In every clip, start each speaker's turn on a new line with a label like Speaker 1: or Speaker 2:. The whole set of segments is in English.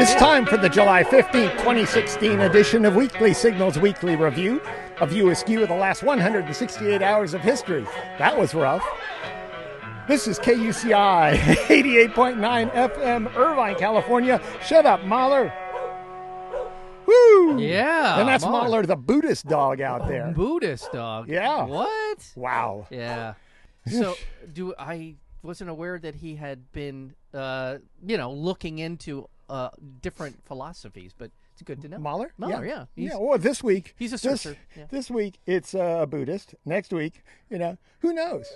Speaker 1: It's time for the July 15, 2016 edition of Weekly Signals Weekly Review, a view askew of the last 168 hours of history. That was rough. This is KUCI 88.9 FM, Irvine, California. Shut up, Mahler. Woo!
Speaker 2: Yeah.
Speaker 1: And that's
Speaker 2: Mahler.
Speaker 1: Mahler, the Buddhist dog out there.
Speaker 2: Buddhist dog.
Speaker 1: Yeah.
Speaker 2: What?
Speaker 1: Wow.
Speaker 2: Yeah. So do I wasn't aware that he had been uh you know looking into uh different philosophies, but it's good to know.
Speaker 1: Mahler?
Speaker 2: Mahler, yeah.
Speaker 1: yeah.
Speaker 2: He's-
Speaker 1: well, this week.
Speaker 2: he's a
Speaker 1: this-
Speaker 2: searcher, yeah.
Speaker 1: This week, it's uh, a Buddhist. Next week, you know, who knows?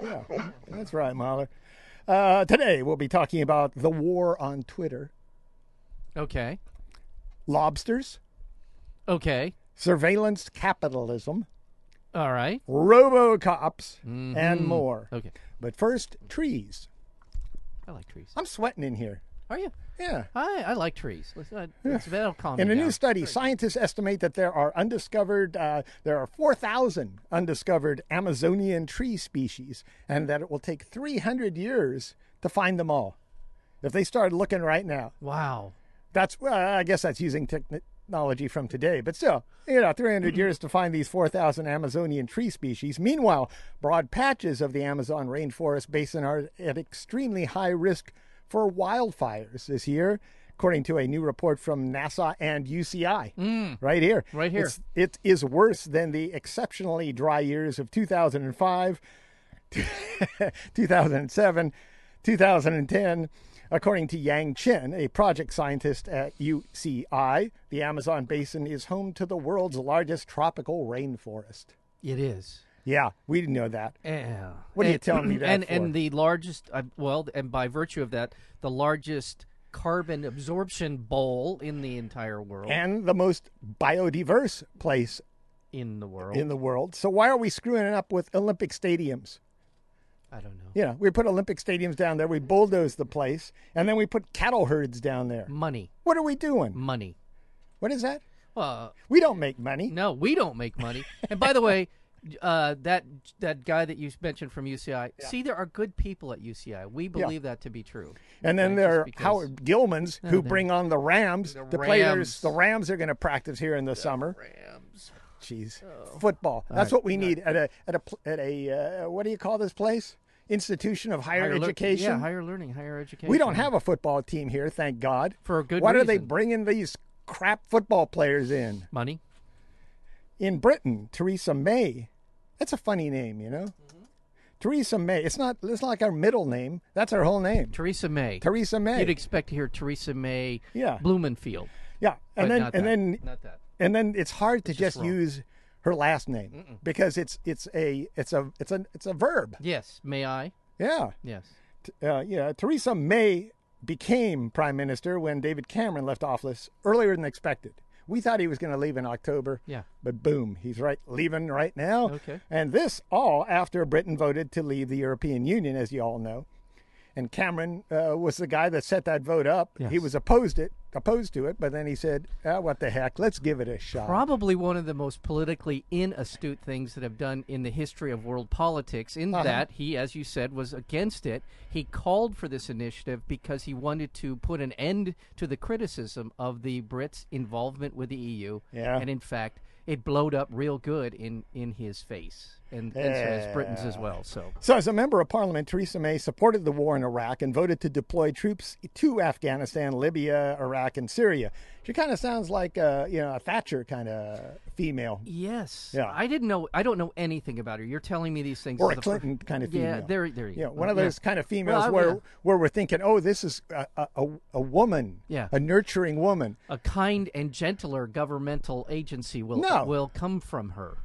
Speaker 1: Yeah, that's right, Mahler. Uh, today, we'll be talking about the war on Twitter,
Speaker 2: Okay.
Speaker 1: lobsters,
Speaker 2: Okay.
Speaker 1: surveillance capitalism,
Speaker 2: All right.
Speaker 1: robocops, and more.
Speaker 2: Mm-hmm. Okay.
Speaker 1: But first, trees.
Speaker 2: I like trees.
Speaker 1: I'm sweating in here.
Speaker 2: Are you?
Speaker 1: Yeah.
Speaker 2: I I like trees. Let's, uh, let's that'll calm
Speaker 1: In
Speaker 2: me
Speaker 1: a
Speaker 2: down.
Speaker 1: new study, scientists estimate that there are undiscovered, uh, there are 4,000 undiscovered Amazonian tree species, and that it will take 300 years to find them all. If they started looking right now,
Speaker 2: Wow.
Speaker 1: that's well, I guess that's using technology from today, but still, you know,
Speaker 2: Mm-hmm.
Speaker 1: 300 years to find these 4,000 Amazonian tree species. Meanwhile, broad patches of the Amazon rainforest basin are at extremely high risk for wildfires this year, according to a new report from NASA and UCI. Right here,
Speaker 2: Mm. Right here.
Speaker 1: It's, it is worse than the exceptionally dry years of 2005 2007, 2010. According to Yang Chen, a project scientist at UCI, the Amazon basin is home to the world's largest tropical rainforest.
Speaker 2: It is.
Speaker 1: Yeah, we didn't know that.
Speaker 2: Yeah.
Speaker 1: What are you
Speaker 2: And-
Speaker 1: telling me that
Speaker 2: And
Speaker 1: for?
Speaker 2: and the largest, uh, well, and by virtue of that, the largest carbon absorption bowl in the entire world.
Speaker 1: And the most biodiverse place
Speaker 2: in the world.
Speaker 1: in the world. So why are we screwing it up with Olympic stadiums?
Speaker 2: I don't know.
Speaker 1: You know, we put Olympic stadiums down there, we bulldoze the place, and then we put cattle herds down there.
Speaker 2: Money,
Speaker 1: What are we doing?
Speaker 2: money.
Speaker 1: What is that?
Speaker 2: Well,
Speaker 1: We don't make money.
Speaker 2: no, we don't make money. and by the way, uh, that that guy that you mentioned from UCI. See, there are good people at UCI. We believe that to be true.
Speaker 1: And then
Speaker 2: Okay,
Speaker 1: there
Speaker 2: just
Speaker 1: are
Speaker 2: because- Oh,
Speaker 1: Howard Gilmans who bring on the Rams. The, players,
Speaker 2: Rams.
Speaker 1: the Rams are going to practice here in the, summer. Jeez,
Speaker 2: Oh.
Speaker 1: football. That's what we need at a at a pl- at a uh, what do you call this place? Institution of higher,
Speaker 2: Higher lear-
Speaker 1: education.
Speaker 2: yeah, higher learning, higher education.
Speaker 1: we don't have a football team here, thank God.
Speaker 2: For a good
Speaker 1: Why are they
Speaker 2: reason.
Speaker 1: bringing these crap football players in?
Speaker 2: money.
Speaker 1: In Britain, Theresa May. That's a funny name, you know.
Speaker 2: Mm-hmm.
Speaker 1: Theresa May. It's not. It's not like our middle name. That's our whole name.
Speaker 2: Theresa May.
Speaker 1: Theresa May.
Speaker 2: You'd expect to hear Theresa May.
Speaker 1: Yeah.
Speaker 2: Blumenfield.
Speaker 1: yeah, and
Speaker 2: but
Speaker 1: then
Speaker 2: not
Speaker 1: and
Speaker 2: that.
Speaker 1: then
Speaker 2: not that.
Speaker 1: and then it's hard to just
Speaker 2: wrong.
Speaker 1: use her last name because it's it's a it's a it's a it's a verb.
Speaker 2: Yes, may I?
Speaker 1: Yeah,
Speaker 2: Yes.
Speaker 1: T- uh, yeah. Theresa May became prime minister when David Cameron left office earlier than expected. We thought he was going to leave in October.
Speaker 2: Yeah.
Speaker 1: But boom, he's right leaving right now.
Speaker 2: Okay.
Speaker 1: And this all after Britain voted to leave the European Union, as you all know. And Cameron uh, was the guy that set that vote up. He
Speaker 2: Yes.
Speaker 1: was opposed it, opposed to it, but then he said, ah, "What the heck? Let's give it a shot."
Speaker 2: Probably one of the most politically inastute things that have done in the history of world politics,
Speaker 1: Uh-huh.
Speaker 2: in that he, as you said, was against it. He called for this initiative because he wanted to put an end to the criticism of the Brits' involvement with the EU.
Speaker 1: Yeah.
Speaker 2: And in fact, it blowed up real good in, in his face, and, and so has Britain's as well. So
Speaker 1: So, as a member of parliament, Theresa May supported the war in Iraq and voted to deploy troops to Afghanistan, Libya, Iraq, and Syria. She kind of sounds like a, you know a Thatcher kind of female
Speaker 2: yes,
Speaker 1: Yeah.
Speaker 2: I didn't know. I don't know anything about her. You're telling me these things.
Speaker 1: or
Speaker 2: for
Speaker 1: a
Speaker 2: the fir-
Speaker 1: Clinton kind of female.
Speaker 2: Yeah, there, there. You
Speaker 1: You know,
Speaker 2: go.
Speaker 1: one of
Speaker 2: Yeah.
Speaker 1: those kind of females
Speaker 2: I-
Speaker 1: where
Speaker 2: yeah.
Speaker 1: where we're thinking, oh, this is a a, a, a woman,
Speaker 2: Yeah.
Speaker 1: a nurturing woman.
Speaker 2: a kind and gentler governmental agency will
Speaker 1: No.
Speaker 2: will come from her.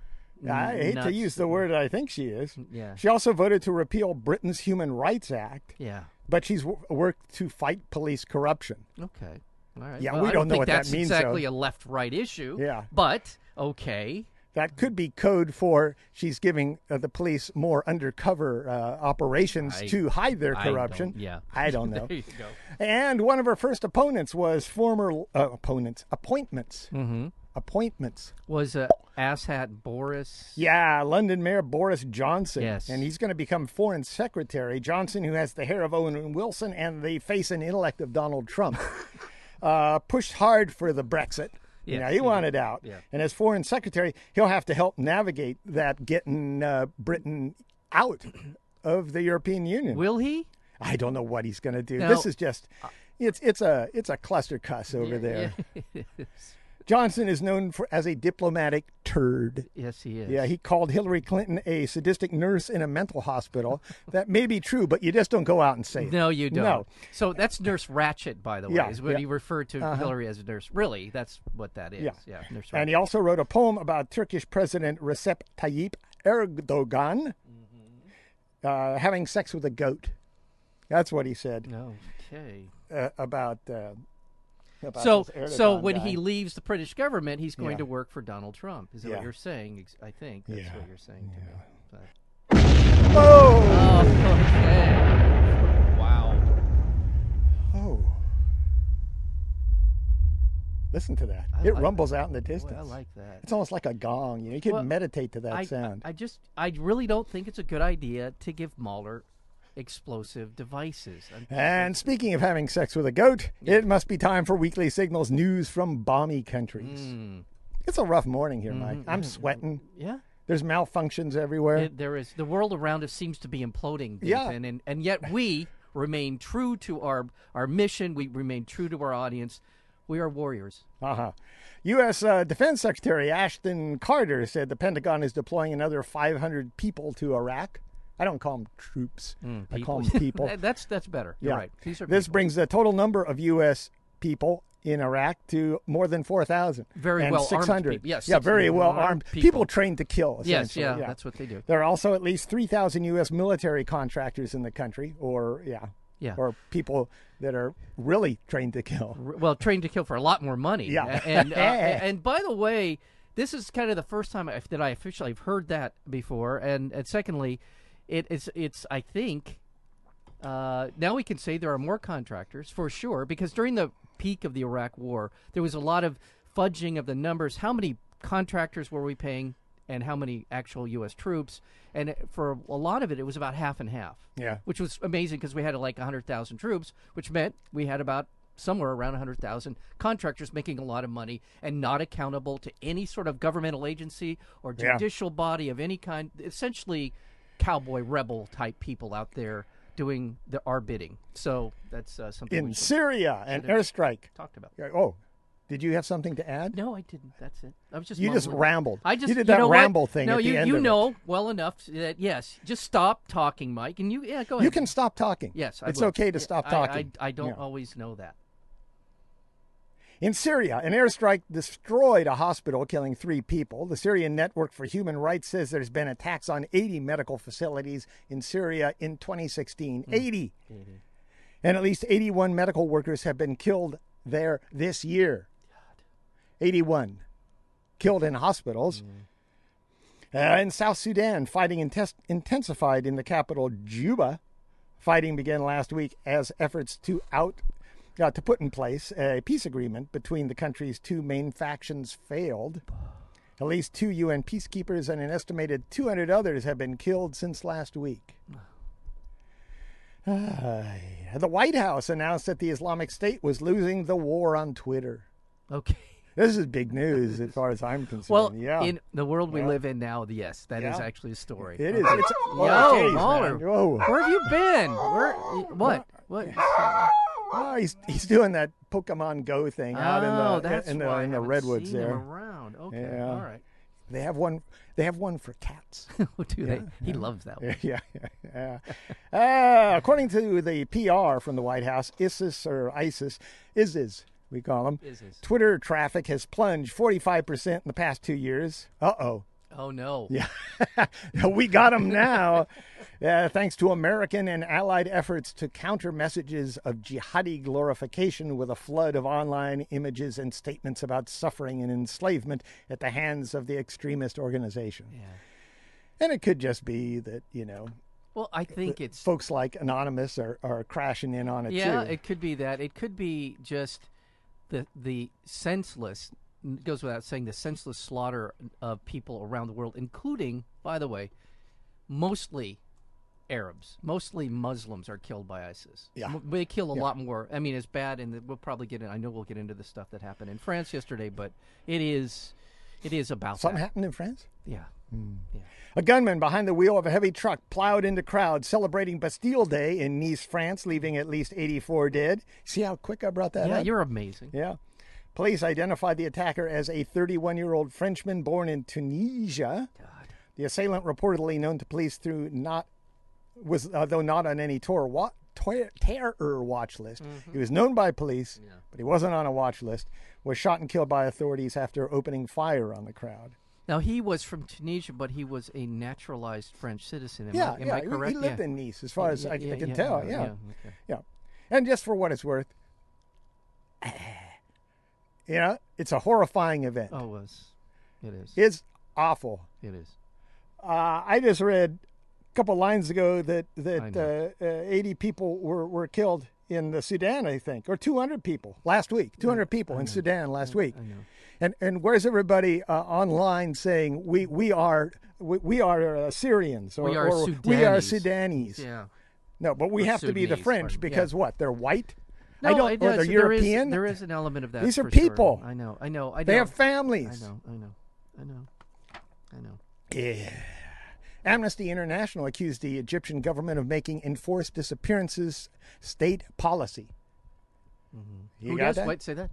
Speaker 1: I hate to
Speaker 2: Mm, nuts. Mm,
Speaker 1: use the word I think she is.
Speaker 2: Yeah.
Speaker 1: She also voted to repeal Britain's Human Rights Act,
Speaker 2: Yeah.
Speaker 1: but she's w- worked to fight police corruption.
Speaker 2: Okay. All right.
Speaker 1: Yeah,
Speaker 2: Well,
Speaker 1: we
Speaker 2: I
Speaker 1: don't know
Speaker 2: think
Speaker 1: what that
Speaker 2: that's
Speaker 1: means, though.
Speaker 2: Exactly a left-right issue.
Speaker 1: Yeah.
Speaker 2: But okay.
Speaker 1: That could be code for she's giving uh, the police more undercover uh, operations
Speaker 2: I-
Speaker 1: to hide their
Speaker 2: I don't-
Speaker 1: corruption.
Speaker 2: yeah.
Speaker 1: I don't know.
Speaker 2: There you go.
Speaker 1: and one of her first opponents was former uh, opponents appointments. Mm-hmm. Appointments.
Speaker 2: Was uh, asshat Boris?
Speaker 1: Yeah, London Mayor Boris Johnson.
Speaker 2: Yes.
Speaker 1: And he's going to become Foreign Secretary. Johnson, who has the hair of Owen Wilson and the face and intellect of Donald Trump. uh, pushed hard for the Brexit. You
Speaker 2: Yes,
Speaker 1: know,
Speaker 2: he
Speaker 1: he
Speaker 2: did.
Speaker 1: wanted out.
Speaker 2: Yeah.
Speaker 1: And as foreign secretary, he'll have to help navigate that getting uh, Britain out of the European Union.
Speaker 2: Will he?
Speaker 1: I don't know what he's going to do.
Speaker 2: Now- uh,
Speaker 1: this is just it's it's a it's a cluster cuss over there.
Speaker 2: Yeah.
Speaker 1: Johnson is known for as a diplomatic turd.
Speaker 2: yes, he is.
Speaker 1: Yeah, he called Hillary Clinton a sadistic nurse in a mental hospital. that may be true, but you just don't go out and say it.
Speaker 2: No, you don't.
Speaker 1: No.
Speaker 2: So that's Nurse Ratchet, by the way,
Speaker 1: Yeah,
Speaker 2: is when
Speaker 1: yeah. Uh-huh.
Speaker 2: he referred to Hillary as a nurse. Really, that's what that is. Yeah, Nurse
Speaker 1: And
Speaker 2: Ratchet.
Speaker 1: he also wrote a poem about Turkish President Recep Tayyip Erdogan
Speaker 2: Mm-hmm.
Speaker 1: uh, having sex with a goat. That's what he said
Speaker 2: okay.
Speaker 1: uh, about. Uh, about
Speaker 2: So,
Speaker 1: this
Speaker 2: so
Speaker 1: Erdogan
Speaker 2: when
Speaker 1: guy.
Speaker 2: he leaves the British government, he's going
Speaker 1: Yeah.
Speaker 2: to work for Donald Trump. Is that
Speaker 1: Yeah.
Speaker 2: what you're saying? Ex- I think that's
Speaker 1: Yeah.
Speaker 2: what you're saying. To me. But-
Speaker 1: Oh!
Speaker 2: Oh, okay. Wow.
Speaker 1: Oh. Listen to that.
Speaker 2: I
Speaker 1: it
Speaker 2: like
Speaker 1: rumbles out in the
Speaker 2: Boy,
Speaker 1: distance.
Speaker 2: I like that.
Speaker 1: it's almost like a gong. You know, you could
Speaker 2: Well,
Speaker 1: meditate to that
Speaker 2: I,
Speaker 1: sound.
Speaker 2: I I just, I really don't think it's a good idea to give Mahler explosive devices. I'm-
Speaker 1: and speaking of having sex with a goat, it must be time for Weekly Signals news from balmy countries.
Speaker 2: Hmm.
Speaker 1: It's a rough morning
Speaker 2: Mm-hmm,
Speaker 1: here, Mike. I'm sweating.
Speaker 2: yeah.
Speaker 1: There's malfunctions everywhere.
Speaker 2: mm-hmm. It- there is the world around us seems to be imploding, Nathan,
Speaker 1: Yeah.
Speaker 2: and and yet we remain true to our our mission. We remain true to our audience. We are warriors.
Speaker 1: Uh-huh. U.S. Uh, Defense Secretary Ashton Carter said the Pentagon is deploying another 500 people to Iraq. I don't call them troops. I call them people.
Speaker 2: That- Mm, that's that's better. You're right. These are
Speaker 1: this
Speaker 2: people.
Speaker 1: brings the total number of U.S. people in Iraq to more than 4,000.
Speaker 2: Very
Speaker 1: and
Speaker 2: well-armed
Speaker 1: 600.
Speaker 2: people. Yes,
Speaker 1: yeah,
Speaker 2: six-
Speaker 1: very well
Speaker 2: well-armed
Speaker 1: armed. People.
Speaker 2: people.
Speaker 1: trained to kill.
Speaker 2: yes,
Speaker 1: Essentially.
Speaker 2: yeah, that's what they do.
Speaker 1: There are also at least 3,000 U.S. military contractors in the country, or yeah,
Speaker 2: Yeah.
Speaker 1: or people that are really trained to kill.
Speaker 2: R- Well, trained to kill for a lot more money.
Speaker 1: Yeah.
Speaker 2: A- and uh, and by the way, this is kind of the first time I've, that I officially have heard that before. And and secondly, it, it's it's I think uh, now we can say there are more contractors for sure because during the peak of the Iraq War, there was a lot of fudging of the numbers. How many contractors were we paying? And how many actual U.S. troops? And it- for a lot of it, it was about half and half.
Speaker 1: Yeah.
Speaker 2: which was amazing because we had like 100,000 troops, which meant we had about somewhere around 100,000 contractors making a lot of money and not accountable to any sort of governmental agency or
Speaker 1: Yeah.
Speaker 2: judicial body of any kind. Essentially, cowboy rebel type people out there doing the, our bidding. So that's uh, something
Speaker 1: In
Speaker 2: we should
Speaker 1: Syria, an airstrike.
Speaker 2: talked about.
Speaker 1: Yeah, Oh, did you have something to add?
Speaker 2: No, I didn't. That's it. I was just
Speaker 1: You just
Speaker 2: mumbling.
Speaker 1: rambled.
Speaker 2: I just
Speaker 1: you did
Speaker 2: you
Speaker 1: that
Speaker 2: know what?
Speaker 1: ramble thing
Speaker 2: No,
Speaker 1: at
Speaker 2: you
Speaker 1: the end
Speaker 2: you
Speaker 1: of it.
Speaker 2: know well enough that yes, just stop talking, Mike, and you yeah go ahead.
Speaker 1: You can stop talking.
Speaker 2: yes, I
Speaker 1: it's
Speaker 2: will.
Speaker 1: okay to
Speaker 2: Yeah,
Speaker 1: stop
Speaker 2: I-
Speaker 1: talking.
Speaker 2: I, I don't
Speaker 1: Yeah.
Speaker 2: always know that.
Speaker 1: In Syria, an airstrike destroyed a hospital, killing three people. The Syrian Network for Human Rights says there's been attacks on 80 medical facilities in Syria in 2016. 80. And at least 81 medical workers have been killed there this year. 81 killed in hospitals. Uh, in South Sudan, fighting intes- intensified in the capital, Juba. Fighting began last week as efforts to out uh, to put in place a peace agreement between the country's two main factions failed. At least two UN peacekeepers and an estimated 200 others have been killed since last week. Ah, the White House announced that the Islamic State was losing the war on Twitter.
Speaker 2: Okay.
Speaker 1: This is big news as far as I'm concerned.
Speaker 2: Well,
Speaker 1: yeah.
Speaker 2: in the world we live in now, yes, that is
Speaker 1: Yeah.
Speaker 2: actually a story.
Speaker 1: it is. It's,
Speaker 2: Yo,
Speaker 1: oh, geez, man.
Speaker 2: Mahler,
Speaker 1: Whoa.
Speaker 2: where have you been? Where? What? What?
Speaker 1: Oh, he's he's doing that Pokemon Go thing out
Speaker 2: oh,
Speaker 1: in the
Speaker 2: that's
Speaker 1: in the,
Speaker 2: why I
Speaker 1: in the
Speaker 2: haven't
Speaker 1: redwoods
Speaker 2: seen him
Speaker 1: there.
Speaker 2: around. Okay,
Speaker 1: Yeah.
Speaker 2: all right.
Speaker 1: They have one. They have one for cats.
Speaker 2: Oh, do they? He loves that one.
Speaker 1: yeah, yeah. yeah. Uh, according to the PR from the White House, ISIS or ISIS, ISIS, we call them.
Speaker 2: ISIS.
Speaker 1: Twitter traffic has plunged 45% in the past two years. Uh oh.
Speaker 2: Oh no.
Speaker 1: Yeah. we got them now. Uh, thanks to American and allied efforts to counter messages of jihadi glorification with a flood of online images and statements about suffering and enslavement at the hands of the extremist organization. And it could just be that, you know,
Speaker 2: Well, I think it's
Speaker 1: folks like Anonymous are, are crashing in on it
Speaker 2: yeah.
Speaker 1: too.
Speaker 2: It could be that. It could be just the the senseless it goes without saying the senseless slaughter of people around the world, including, by the way, mostly Arabs, mostly Muslims, are killed by ISIS.
Speaker 1: Yeah.
Speaker 2: M- they kill a lot more. I mean, it's bad, and we'll probably get. In, I know we'll get into the stuff that happened in France yesterday, but it is, it is about
Speaker 1: Something
Speaker 2: that.
Speaker 1: happened in France?
Speaker 2: Yeah,
Speaker 1: Hmm. A gunman behind the wheel of a heavy truck plowed into crowds celebrating Bastille Day in Nice, France, leaving at least 84 dead. See how quick I brought that
Speaker 2: yeah,
Speaker 1: up?
Speaker 2: you're amazing.
Speaker 1: Yeah. Police identified the attacker as a 31 year old Frenchman born in Tunisia. The assailant, reportedly known to police through not, was uh, though not on any tour, wa- toy- terror watch list.
Speaker 2: Mm-hmm.
Speaker 1: He was known by police, but he wasn't on a watch list. Was shot and killed by authorities after opening fire on the crowd.
Speaker 2: Now he was from Tunisia, but he was a naturalized French citizen. Am
Speaker 1: yeah,
Speaker 2: I, am
Speaker 1: yeah.
Speaker 2: I
Speaker 1: he-
Speaker 2: correct?
Speaker 1: He lived
Speaker 2: yeah.
Speaker 1: in Nice, as far as I,
Speaker 2: yeah,
Speaker 1: I can
Speaker 2: yeah,
Speaker 1: tell.
Speaker 2: yeah,
Speaker 1: Yeah, yeah.
Speaker 2: yeah, okay.
Speaker 1: And just for what it's worth, you know, it's a horrifying event.
Speaker 2: Oh, it was. It is.
Speaker 1: It's awful.
Speaker 2: It is.
Speaker 1: Uh, I just read a couple lines ago that
Speaker 2: I
Speaker 1: that
Speaker 2: know.
Speaker 1: uh, uh, 80 people were, were killed in the Sudan, I think, or 200 people last week. 200 people in Sudan last week.
Speaker 2: I know.
Speaker 1: And and where's everybody uh, online saying we we are we, we are uh, Syrians or
Speaker 2: We are
Speaker 1: or we are
Speaker 2: Sudanese.
Speaker 1: Sudanese?
Speaker 2: Yeah.
Speaker 1: No, but we
Speaker 2: Or
Speaker 1: have to be the
Speaker 2: Sudanese,
Speaker 1: French
Speaker 2: pardon me.
Speaker 1: because what? They're white.
Speaker 2: No,
Speaker 1: I don't.
Speaker 2: it
Speaker 1: or
Speaker 2: does.
Speaker 1: they're
Speaker 2: There is-
Speaker 1: European.
Speaker 2: there is an element of that.
Speaker 1: These are
Speaker 2: for sure.
Speaker 1: people.
Speaker 2: I know. I know. I know.
Speaker 1: they have
Speaker 2: I
Speaker 1: families.
Speaker 2: know. I know. I know. I know.
Speaker 1: Yeah. Amnesty International accused the Egyptian government of making enforced disappearances state policy. You
Speaker 2: Mm-hmm. Who
Speaker 1: got
Speaker 2: does?
Speaker 1: that?
Speaker 2: Wait, say that.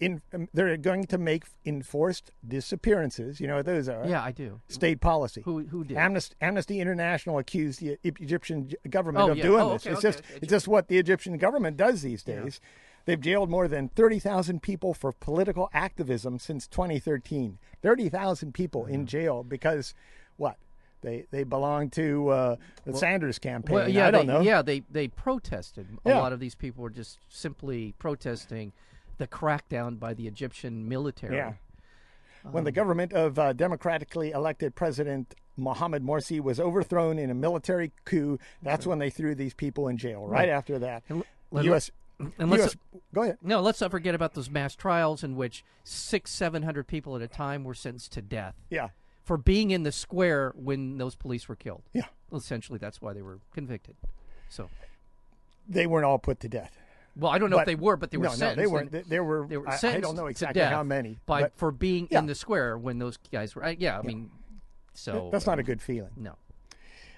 Speaker 1: In, um, they're going to make enforced disappearances. You know what those are?
Speaker 2: Yeah, I do.
Speaker 1: State policy.
Speaker 2: Who who did?
Speaker 1: Amnesty, Amnesty International accused the E- Egyptian j- government
Speaker 2: Oh,
Speaker 1: of
Speaker 2: yeah.
Speaker 1: doing
Speaker 2: Oh,
Speaker 1: this.
Speaker 2: okay,
Speaker 1: it's
Speaker 2: okay,
Speaker 1: just
Speaker 2: okay.
Speaker 1: it's just what the Egyptian government does these days. They've jailed more than 30,000 people for political activism since 2013. 30,000 people in jail because what? They they belong to uh, the Sanders campaign.
Speaker 2: well, yeah,
Speaker 1: I don't
Speaker 2: they,
Speaker 1: know.
Speaker 2: Yeah, they they protested. A
Speaker 1: Yeah.
Speaker 2: lot of these people were just simply protesting the crackdown by the Egyptian military.
Speaker 1: Yeah.
Speaker 2: Um,
Speaker 1: when the government of uh, democratically elected President Mohamed Morsi was overthrown in a military coup, that's when they threw these people in jail. Right, after that,
Speaker 2: let-
Speaker 1: U.S.
Speaker 2: and let's-
Speaker 1: US go ahead.
Speaker 2: No, let's not forget about those mass trials in which six, seven hundred people at a time were sentenced to death
Speaker 1: Yeah,
Speaker 2: for being in the square when those police were killed.
Speaker 1: yeah.
Speaker 2: Essentially, that's why they were convicted. So,
Speaker 1: They weren't all put to death.
Speaker 2: well, I don't know
Speaker 1: But-
Speaker 2: if they were, but they were
Speaker 1: no,
Speaker 2: sentenced.
Speaker 1: no, they weren't.
Speaker 2: and-
Speaker 1: They, they were.
Speaker 2: they were
Speaker 1: I- I,
Speaker 2: sentenced
Speaker 1: don't know
Speaker 2: to
Speaker 1: exactly
Speaker 2: death
Speaker 1: how many.
Speaker 2: by
Speaker 1: but
Speaker 2: for being
Speaker 1: Yeah.
Speaker 2: in the square when those guys were. I- Yeah, I mean, so
Speaker 1: that's not a good feeling.
Speaker 2: no.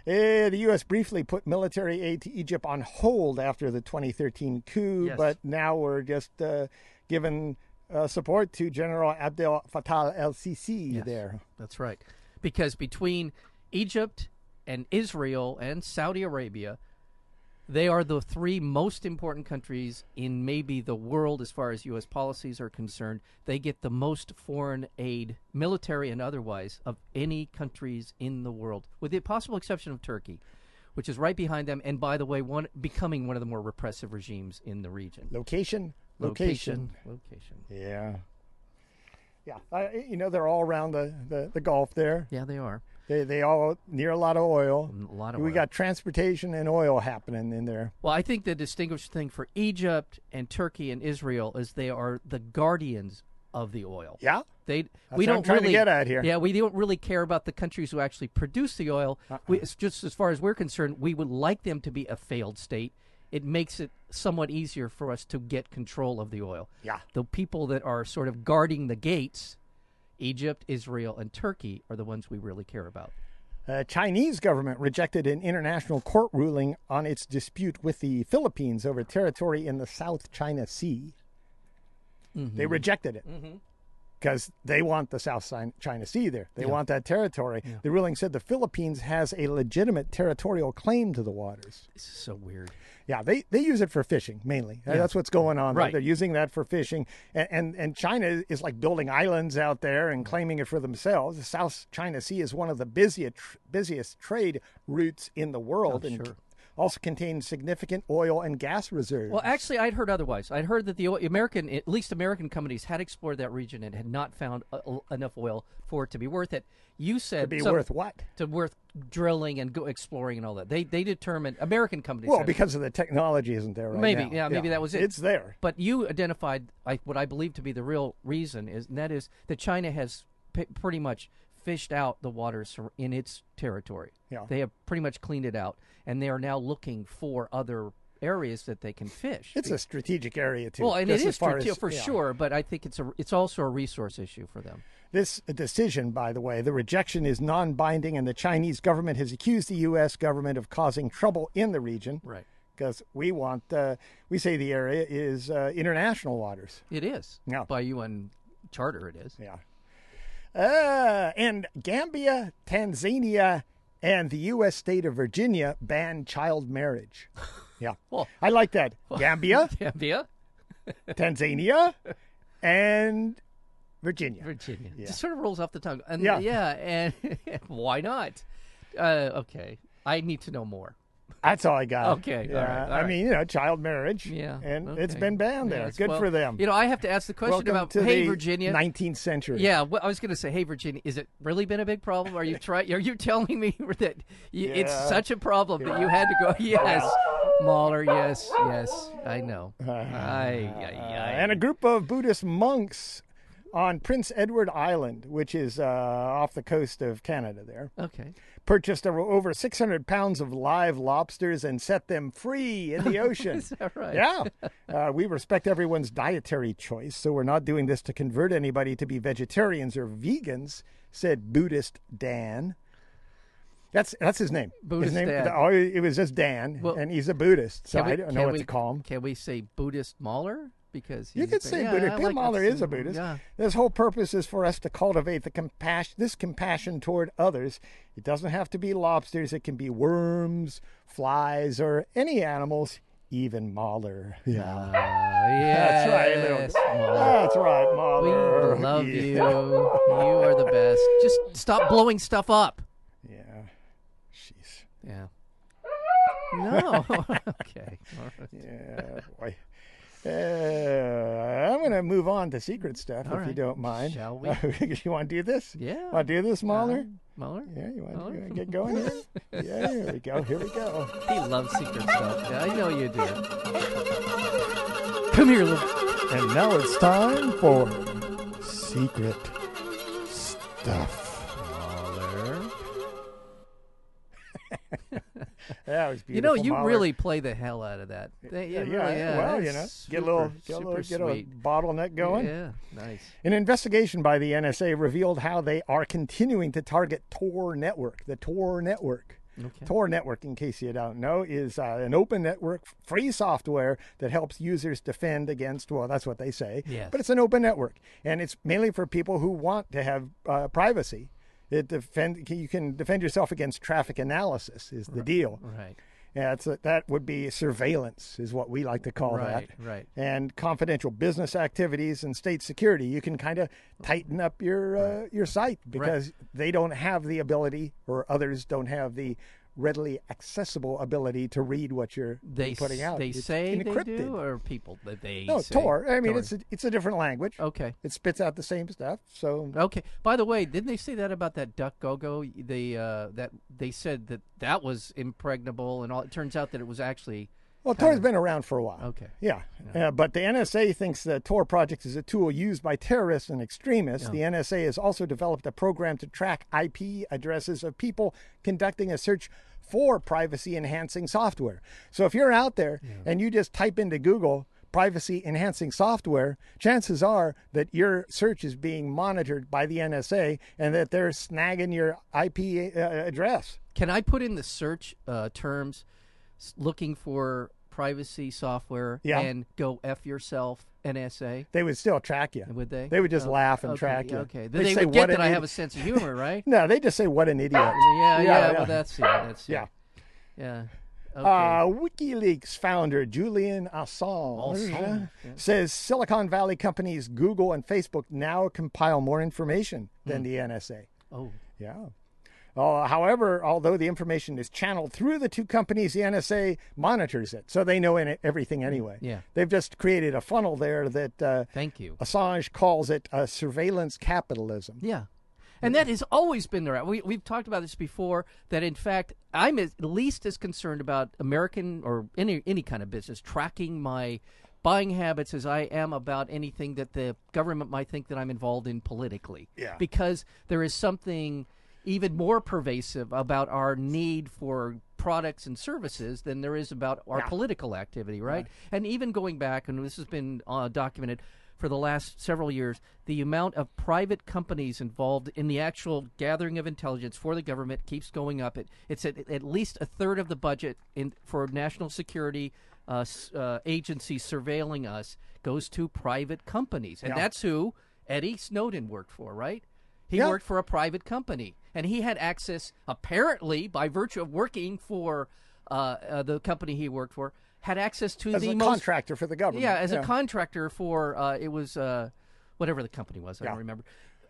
Speaker 1: Eh, the U.S. briefly put military aid to Egypt on hold after the 2013 coup,
Speaker 2: Yes.
Speaker 1: but now we're just uh, giving uh, support to General Abdel Fattah el-Sisi there.
Speaker 2: That's right. Because between Egypt and Israel and Saudi Arabia, they are the three most important countries in maybe the world as far as U.S. policies are concerned. They get the most foreign aid, military and otherwise, of any countries in the world, with the possible exception of Turkey, which is right behind them. And by the way, one becoming one of the more repressive regimes in the region.
Speaker 1: Location, location.
Speaker 2: Location.
Speaker 1: Yeah. Yeah, I, you know they're all around the, the, the Gulf there.
Speaker 2: Yeah, they are.
Speaker 1: They they all near a lot of oil.
Speaker 2: A lot of
Speaker 1: we
Speaker 2: oil.
Speaker 1: got transportation and oil happening in there.
Speaker 2: Well, I think the distinguished thing for Egypt and Turkey and Israel is they are the guardians of the oil.
Speaker 1: Yeah,
Speaker 2: They we
Speaker 1: what I'm
Speaker 2: don't
Speaker 1: trying to
Speaker 2: really
Speaker 1: get at here.
Speaker 2: Yeah, we don't really care about the countries who actually produce the oil. We,
Speaker 1: Uh-uh.
Speaker 2: it's just as far as we're concerned, we would like them to be a failed state. It makes it somewhat easier for us to get control of the oil.
Speaker 1: Yeah.
Speaker 2: The people that are sort of guarding the gates, Egypt, Israel, and Turkey are the ones we really care about.
Speaker 1: Uh, Chinese government rejected an international court ruling on its dispute with the Philippines over territory in the South China Sea. They rejected it because they want the South Si- China Sea there. They want that territory. The ruling said the Philippines has a legitimate territorial claim to the waters.
Speaker 2: This is so weird.
Speaker 1: Yeah, they, they use it for fishing mainly. Uh, That's what's going on. They're-
Speaker 2: Right.
Speaker 1: They're using that for fishing. And, and, and China is like building islands out there and claiming it for themselves. The South China Sea is one of the busiest, busiest trade routes in the world and
Speaker 2: Oh, sure.
Speaker 1: also contains significant oil and gas reserves.
Speaker 2: Well, actually, I'd heard otherwise. I'd heard that the oil- American, at least American companies, had explored that region and had not found uh, o- enough oil for it to be worth it. You said
Speaker 1: be
Speaker 2: some-
Speaker 1: worth what?
Speaker 2: to worth drilling and go exploring and all that. They they determined American companies.
Speaker 1: Well,
Speaker 2: had-
Speaker 1: because of the technology isn't there right
Speaker 2: Maybe,
Speaker 1: now.
Speaker 2: yeah, maybe that was it.
Speaker 1: It's there.
Speaker 2: but you identified I, what I believe to be the real reason is, and that is that China has p- pretty much fished out the water sur- in its territory.
Speaker 1: Yeah.
Speaker 2: They have pretty much cleaned it out, and they are now looking for other areas that they can fish.
Speaker 1: It's a strategic area too.
Speaker 2: well, and
Speaker 1: just
Speaker 2: it
Speaker 1: as
Speaker 2: is
Speaker 1: far
Speaker 2: strate-
Speaker 1: as-
Speaker 2: for
Speaker 1: yeah.
Speaker 2: sure, but I think it's a it's also a resource issue for them.
Speaker 1: This decision, by the way, the rejection is non binding, and the Chinese government has accused the U.S. government of causing trouble in the region
Speaker 2: Right.
Speaker 1: because we want, uh, we say the area is uh, international waters.
Speaker 2: It is.
Speaker 1: Yeah.
Speaker 2: By UN charter, it is.
Speaker 1: Yeah. Uh, and Gambia, Tanzania, and the U.S. state of Virginia ban child marriage. Yeah.
Speaker 2: Well-
Speaker 1: I like that. Gambia,
Speaker 2: Gambia,
Speaker 1: Tanzania, and Virginia.
Speaker 2: Virginia. It sort of rolls off the tongue. And
Speaker 1: Yeah.
Speaker 2: yeah, and why not? Uh, okay, I need to know more.
Speaker 1: That's all I got.
Speaker 2: Okay,
Speaker 1: Yeah.
Speaker 2: all right, all
Speaker 1: I
Speaker 2: right.
Speaker 1: mean, you know, child marriage.
Speaker 2: Yeah,
Speaker 1: And it's
Speaker 2: okay.
Speaker 1: been banned
Speaker 2: Yeah,
Speaker 1: there.
Speaker 2: it's-
Speaker 1: Good
Speaker 2: well,
Speaker 1: for them.
Speaker 2: You know, I have to ask the question
Speaker 1: Welcome
Speaker 2: about
Speaker 1: to
Speaker 2: hey
Speaker 1: the
Speaker 2: Virginia.
Speaker 1: 19th century.
Speaker 2: yeah, well, I was going to say, hey Virginia, is it really been a big problem? Are you try? Are you telling me that you, it's
Speaker 1: Yeah.
Speaker 2: such a problem that you had to go? Yes, Mahler. Yes, yes, I know. Aye, aye,
Speaker 1: Uh,
Speaker 2: aye.
Speaker 1: and a group of Buddhist monks on Prince Edward Island, which is uh, off the coast of Canada, there
Speaker 2: okay.
Speaker 1: purchased over- over 600 pounds of live lobsters and set them free in the ocean.
Speaker 2: Is that right?
Speaker 1: Yeah. Uh, we respect everyone's dietary choice, so we're not doing this to convert anybody to be vegetarians or vegans, said Buddhist Dan. That's that's his name.
Speaker 2: Buddhist
Speaker 1: his name,
Speaker 2: Dan.
Speaker 1: Oh, it was just Dan,
Speaker 2: Well,
Speaker 1: and he's a Buddhist, so
Speaker 2: Can we-
Speaker 1: I don't know
Speaker 2: can
Speaker 1: what
Speaker 2: we-
Speaker 1: to call him.
Speaker 2: Can we say Buddhist Mahler? Because
Speaker 1: You
Speaker 2: he's
Speaker 1: could
Speaker 2: been-
Speaker 1: say
Speaker 2: yeah, I
Speaker 1: Buddhist. Bill
Speaker 2: like that
Speaker 1: Mahler is a
Speaker 2: symbol.
Speaker 1: Buddhist.
Speaker 2: Yeah.
Speaker 1: This whole purpose is for us to cultivate the compassion, this compassion toward others. It doesn't have to be lobsters. It can be worms, flies, or any animals, even Mahler. Yeah,
Speaker 2: Uh, yes,
Speaker 1: that's right. little-
Speaker 2: Mahler.
Speaker 1: That's right,
Speaker 2: We
Speaker 1: Mahler.
Speaker 2: love
Speaker 1: Yeah.
Speaker 2: you. You are the best. Just stop blowing stuff up.
Speaker 1: Yeah. Jeez.
Speaker 2: Yeah. No. okay. All right.
Speaker 1: Yeah, boy. Uh, I'm going to move on to secret stuff if you
Speaker 2: right.
Speaker 1: don't mind.
Speaker 2: Shall we?
Speaker 1: you want to do this?
Speaker 2: Yeah.
Speaker 1: Want to do this, Mahler?
Speaker 2: Mahler?
Speaker 1: Yeah, you want
Speaker 2: Mahler?
Speaker 1: to get going here? Yeah, here we go. Here we go.
Speaker 2: He loves secret stuff. Yeah, I know you do. Come here, little.
Speaker 1: And now it's time for secret stuff.
Speaker 2: Mahler.
Speaker 1: That was
Speaker 2: You
Speaker 1: beautiful.
Speaker 2: know, you
Speaker 1: Mahler.
Speaker 2: really play the hell out of that. They-
Speaker 1: yeah,
Speaker 2: it really- yeah,
Speaker 1: well, you know,
Speaker 2: that's
Speaker 1: get a little,
Speaker 2: super-
Speaker 1: get a little,
Speaker 2: super
Speaker 1: get a
Speaker 2: sweet.
Speaker 1: bottleneck going.
Speaker 2: Yeah, nice.
Speaker 1: An investigation by the NSA revealed how they are continuing to target Tor network, the Tor network.
Speaker 2: Okay.
Speaker 1: Tor network, in case you don't know, is uh, an open network, free software that helps users defend against. Well, that's what they say.
Speaker 2: Yes.
Speaker 1: But it's an open network, and it's mainly for people who want to have uh, privacy. It defend you can defend yourself against traffic analysis is the deal.
Speaker 2: Right.
Speaker 1: Yeah, it's that would be surveillance is what we like to call
Speaker 2: Right,
Speaker 1: that.
Speaker 2: right.
Speaker 1: And confidential business activities and state security, you can kind of tighten up your uh, your site because they don't have the ability, or others don't have the readily accessible ability to read what you're
Speaker 2: They
Speaker 1: putting
Speaker 2: s-
Speaker 1: out.
Speaker 2: They
Speaker 1: It's
Speaker 2: say
Speaker 1: encrypted.
Speaker 2: they do, or people that they
Speaker 1: No,
Speaker 2: say.
Speaker 1: Tor. I mean,
Speaker 2: Tor. Oh.
Speaker 1: it's a, it's a different language.
Speaker 2: okay.
Speaker 1: It spits out the same stuff. So
Speaker 2: Okay. By the way, didn't they say that about that duck go-go? They uh, that they said that that was impregnable, and all. It turns out that it was actually
Speaker 1: Well, Tor's been around for a while.
Speaker 2: Okay.
Speaker 1: Yeah. Uh, but the NSA thinks the Tor project is a tool used by terrorists and extremists. The NSA has also developed a program to track IP addresses of people conducting a search for privacy enhancing software. So if you're out there and you just type into Google privacy enhancing software, chances are that your search is being monitored by the NSA and that they're snagging your IP uh, address.
Speaker 2: Can I put in the search uh, terms s- looking for privacy software
Speaker 1: Yeah.
Speaker 2: and go F yourself NSA?
Speaker 1: They would still track you.
Speaker 2: Would they?
Speaker 1: They would just
Speaker 2: Oh,
Speaker 1: laugh and
Speaker 2: okay,
Speaker 1: track you.
Speaker 2: Okay.
Speaker 1: They'd
Speaker 2: Then they
Speaker 1: say,
Speaker 2: would get
Speaker 1: "What
Speaker 2: that
Speaker 1: an
Speaker 2: I
Speaker 1: idi-"
Speaker 2: have a sense of humor, right?
Speaker 1: No, they just say what an idiot.
Speaker 2: yeah, yeah,
Speaker 1: yeah.
Speaker 2: Well, that's it. That's it.
Speaker 1: Yeah.
Speaker 2: Yeah. Okay.
Speaker 1: Uh, WikiLeaks founder Julian Assange
Speaker 2: Assange,
Speaker 1: says Silicon Valley companies Google and Facebook now compile more information
Speaker 2: Hmm.
Speaker 1: than the NSA.
Speaker 2: oh.
Speaker 1: Yeah. Uh, however, although the information is channeled through the two companies, the NSA monitors it, so they know in it everything anyway.
Speaker 2: Hmm, Yeah.
Speaker 1: They've just created a funnel there that uh,
Speaker 2: Thank you.
Speaker 1: Assange calls it uh, surveillance capitalism.
Speaker 2: Yeah. And that has always been the route. We, we've talked about this before. That in fact, I'm at least as concerned about American or any any kind of business tracking my buying habits as I am about anything that the government might think that I'm involved in politically.
Speaker 1: Yeah.
Speaker 2: Because there is something even more pervasive about our need for products and services than there is about our political activity, right? And even going back, and this has been uh, documented for the last several years, the amount of private companies involved in the actual gathering of intelligence for the government keeps going up. It, it's at, at least a third of the budget in, for national security uh, s- uh, agencies surveilling us goes to private companies. And that's who Eddie Snowden worked for, right? He
Speaker 1: Yeah.
Speaker 2: worked for a private company, and he had access, apparently, by virtue of working for uh, uh, the company he worked for, had access to
Speaker 1: as
Speaker 2: the
Speaker 1: a
Speaker 2: most
Speaker 1: contractor for the government.
Speaker 2: yeah, as a contractor for uh, it was uh, whatever the company was. I don't remember.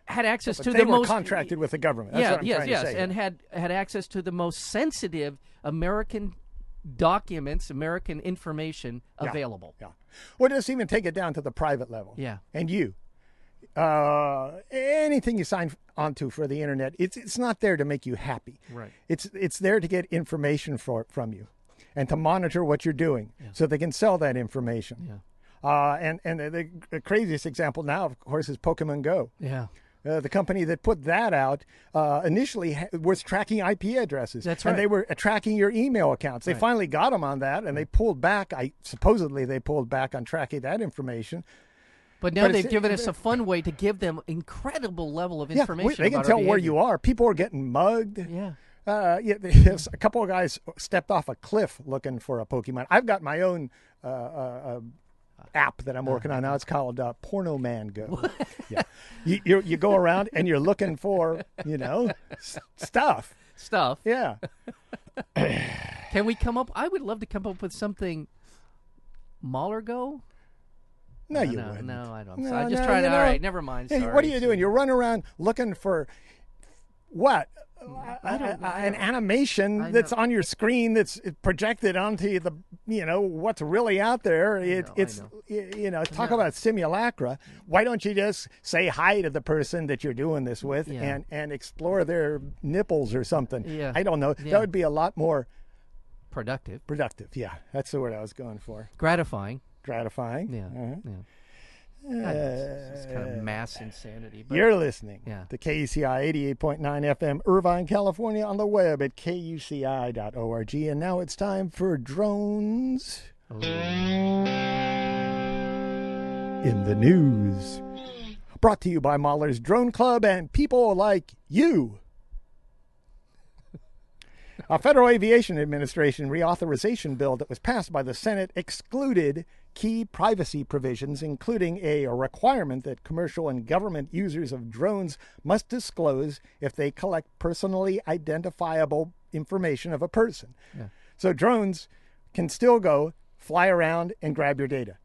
Speaker 2: Had access to
Speaker 1: they
Speaker 2: the
Speaker 1: were
Speaker 2: most
Speaker 1: contracted with the government. That's
Speaker 2: yeah,
Speaker 1: what I'm
Speaker 2: yes,
Speaker 1: trying
Speaker 2: yes,
Speaker 1: to say.
Speaker 2: and had had access to the most sensitive American documents, American information available.
Speaker 1: yeah. Well, just even take it down to the private level.
Speaker 2: Yeah.
Speaker 1: And you. Uh, anything you sign onto for the internet, it's it's not there to make you happy.
Speaker 2: Right.
Speaker 1: It's it's there to get information for from you, and to monitor what you're doing, so they can sell that information. Yeah. Uh, and and the, the craziest example now, of course, is Pokemon Go.
Speaker 2: Yeah.
Speaker 1: Uh, the company that put that out uh, initially ha- was tracking IP addresses.
Speaker 2: That's
Speaker 1: And they
Speaker 2: right.
Speaker 1: were uh, tracking your email accounts. They finally got them on that, and they pulled back. I supposedly they pulled back on tracking that information.
Speaker 2: But now
Speaker 1: But it's-
Speaker 2: they've given us a fun way to give them incredible level of
Speaker 1: Yeah,
Speaker 2: information.
Speaker 1: we- they can
Speaker 2: about
Speaker 1: tell
Speaker 2: our
Speaker 1: where
Speaker 2: behavior.
Speaker 1: you are. People are getting mugged.
Speaker 2: Yeah.
Speaker 1: Uh, yeah, there's a couple of guys stepped off a cliff looking for a Pokemon. I've got my own uh, uh, uh, app that I'm working on now. It's called uh, Porno Man Go. yeah. you, you you go around and you're looking for you know s- stuff.
Speaker 2: Stuff.
Speaker 1: Yeah.
Speaker 2: Can we come up? I would love to come up with something. Mallergo?
Speaker 1: No, you
Speaker 2: no,
Speaker 1: wouldn't.
Speaker 2: no, I don't.
Speaker 1: No,
Speaker 2: I'm just
Speaker 1: no,
Speaker 2: trying
Speaker 1: you
Speaker 2: to. All
Speaker 1: know-
Speaker 2: right, never mind.
Speaker 1: Hey,
Speaker 2: Sorry.
Speaker 1: what are you doing? You're running around looking for what? A-
Speaker 2: don't-
Speaker 1: a- an animation
Speaker 2: I
Speaker 1: that's
Speaker 2: know.
Speaker 1: on your screen that's projected onto the you know what's really out there it,
Speaker 2: know, I
Speaker 1: it's
Speaker 2: know.
Speaker 1: y- you know talk about simulacra why don't you just say hi to the person that you're doing this with
Speaker 2: Yeah.
Speaker 1: and and explore their nipples or something
Speaker 2: Yeah.
Speaker 1: i don't know
Speaker 2: Yeah.
Speaker 1: that would be a lot more
Speaker 2: Productive,
Speaker 1: productive yeah that's the word i was going for
Speaker 2: gratifying.
Speaker 1: gratifying
Speaker 2: Yeah.
Speaker 1: Uh-huh. Uh,
Speaker 2: yeah. I know, it's, it's kind of mass insanity. But
Speaker 1: You're listening
Speaker 2: Yeah.
Speaker 1: to KUCI 88.9 FM, Irvine, California, on the web at kuci.org. And now it's time for drones in the news. Brought to you by Mahler's Drone Club and people like you. A Federal Aviation Administration reauthorization bill that was passed by the Senate excluded key privacy provisions, including a requirement that commercial and government users of drones must disclose if they collect personally identifiable information of a person. So drones can still go fly around and grab your data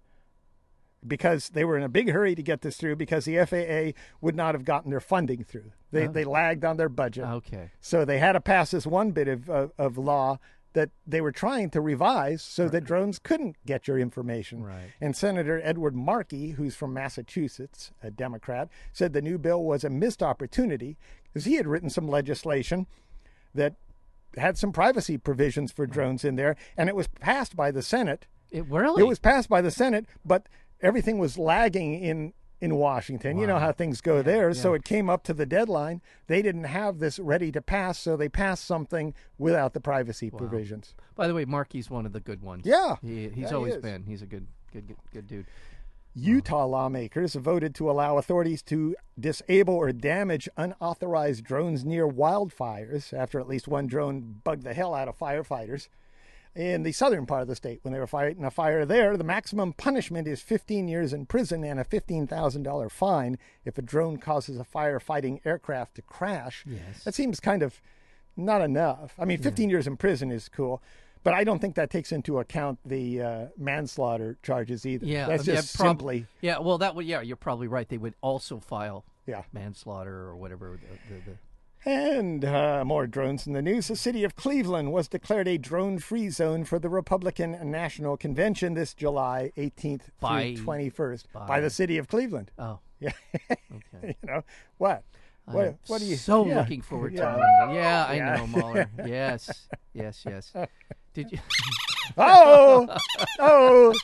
Speaker 1: because they were in a big hurry to get this through because the FAA would not have gotten their funding through. They, they lagged on their budget.
Speaker 2: okay.
Speaker 1: So they had to pass this one bit of, of, of law that they were trying to revise so that drones couldn't get your information.
Speaker 2: Right.
Speaker 1: And Senator Edward Markey, who's from Massachusetts, a Democrat, said the new bill was a missed opportunity because he had written some legislation that had some privacy provisions for drones in there, and it was passed by the Senate.
Speaker 2: It really.
Speaker 1: It was passed by the Senate, but everything was lagging in in Washington. You know how things go there. So it came up to the deadline. They didn't have this ready to pass, so they passed something without the privacy provisions.
Speaker 2: By the way, Marky's one of the good ones.
Speaker 1: Yeah,
Speaker 2: He,
Speaker 1: yeah,
Speaker 2: he's
Speaker 1: he
Speaker 2: always
Speaker 1: is.
Speaker 2: been. He's a good, good, good, good dude.
Speaker 1: Utah lawmakers voted to allow authorities to disable or damage unauthorized drones near wildfires after at least one drone bugged the hell out of firefighters in the southern part of the state when they were fighting a fire there. The maximum punishment is 15 years in prison and a $15,000 fine if a drone causes a firefighting aircraft to crash.
Speaker 2: Yes.
Speaker 1: That seems kind of not enough. I mean, 15 years in prison is cool. But I don't think that takes into account the uh, manslaughter charges either.
Speaker 2: Yeah.
Speaker 1: that's
Speaker 2: yeah,
Speaker 1: just
Speaker 2: prob-
Speaker 1: simply
Speaker 2: Yeah. Well, that would. Yeah, you're probably right. They would also file
Speaker 1: yeah.
Speaker 2: manslaughter or whatever. The, the, the,
Speaker 1: And uh, more drones in the news. The city of Cleveland was declared a drone-free zone for the Republican National Convention this July 18th
Speaker 2: By-
Speaker 1: through 21st by, the city of Cleveland.
Speaker 2: oh.
Speaker 1: Yeah,
Speaker 2: Okay.
Speaker 1: you know what? What?
Speaker 2: I'm
Speaker 1: what are you?
Speaker 2: so
Speaker 1: yeah,
Speaker 2: looking forward to?
Speaker 1: yeah.
Speaker 2: Yeah, yeah I
Speaker 1: Yeah.
Speaker 2: know, Mahler. yes, yes, yes. Did you?
Speaker 1: Oh, oh,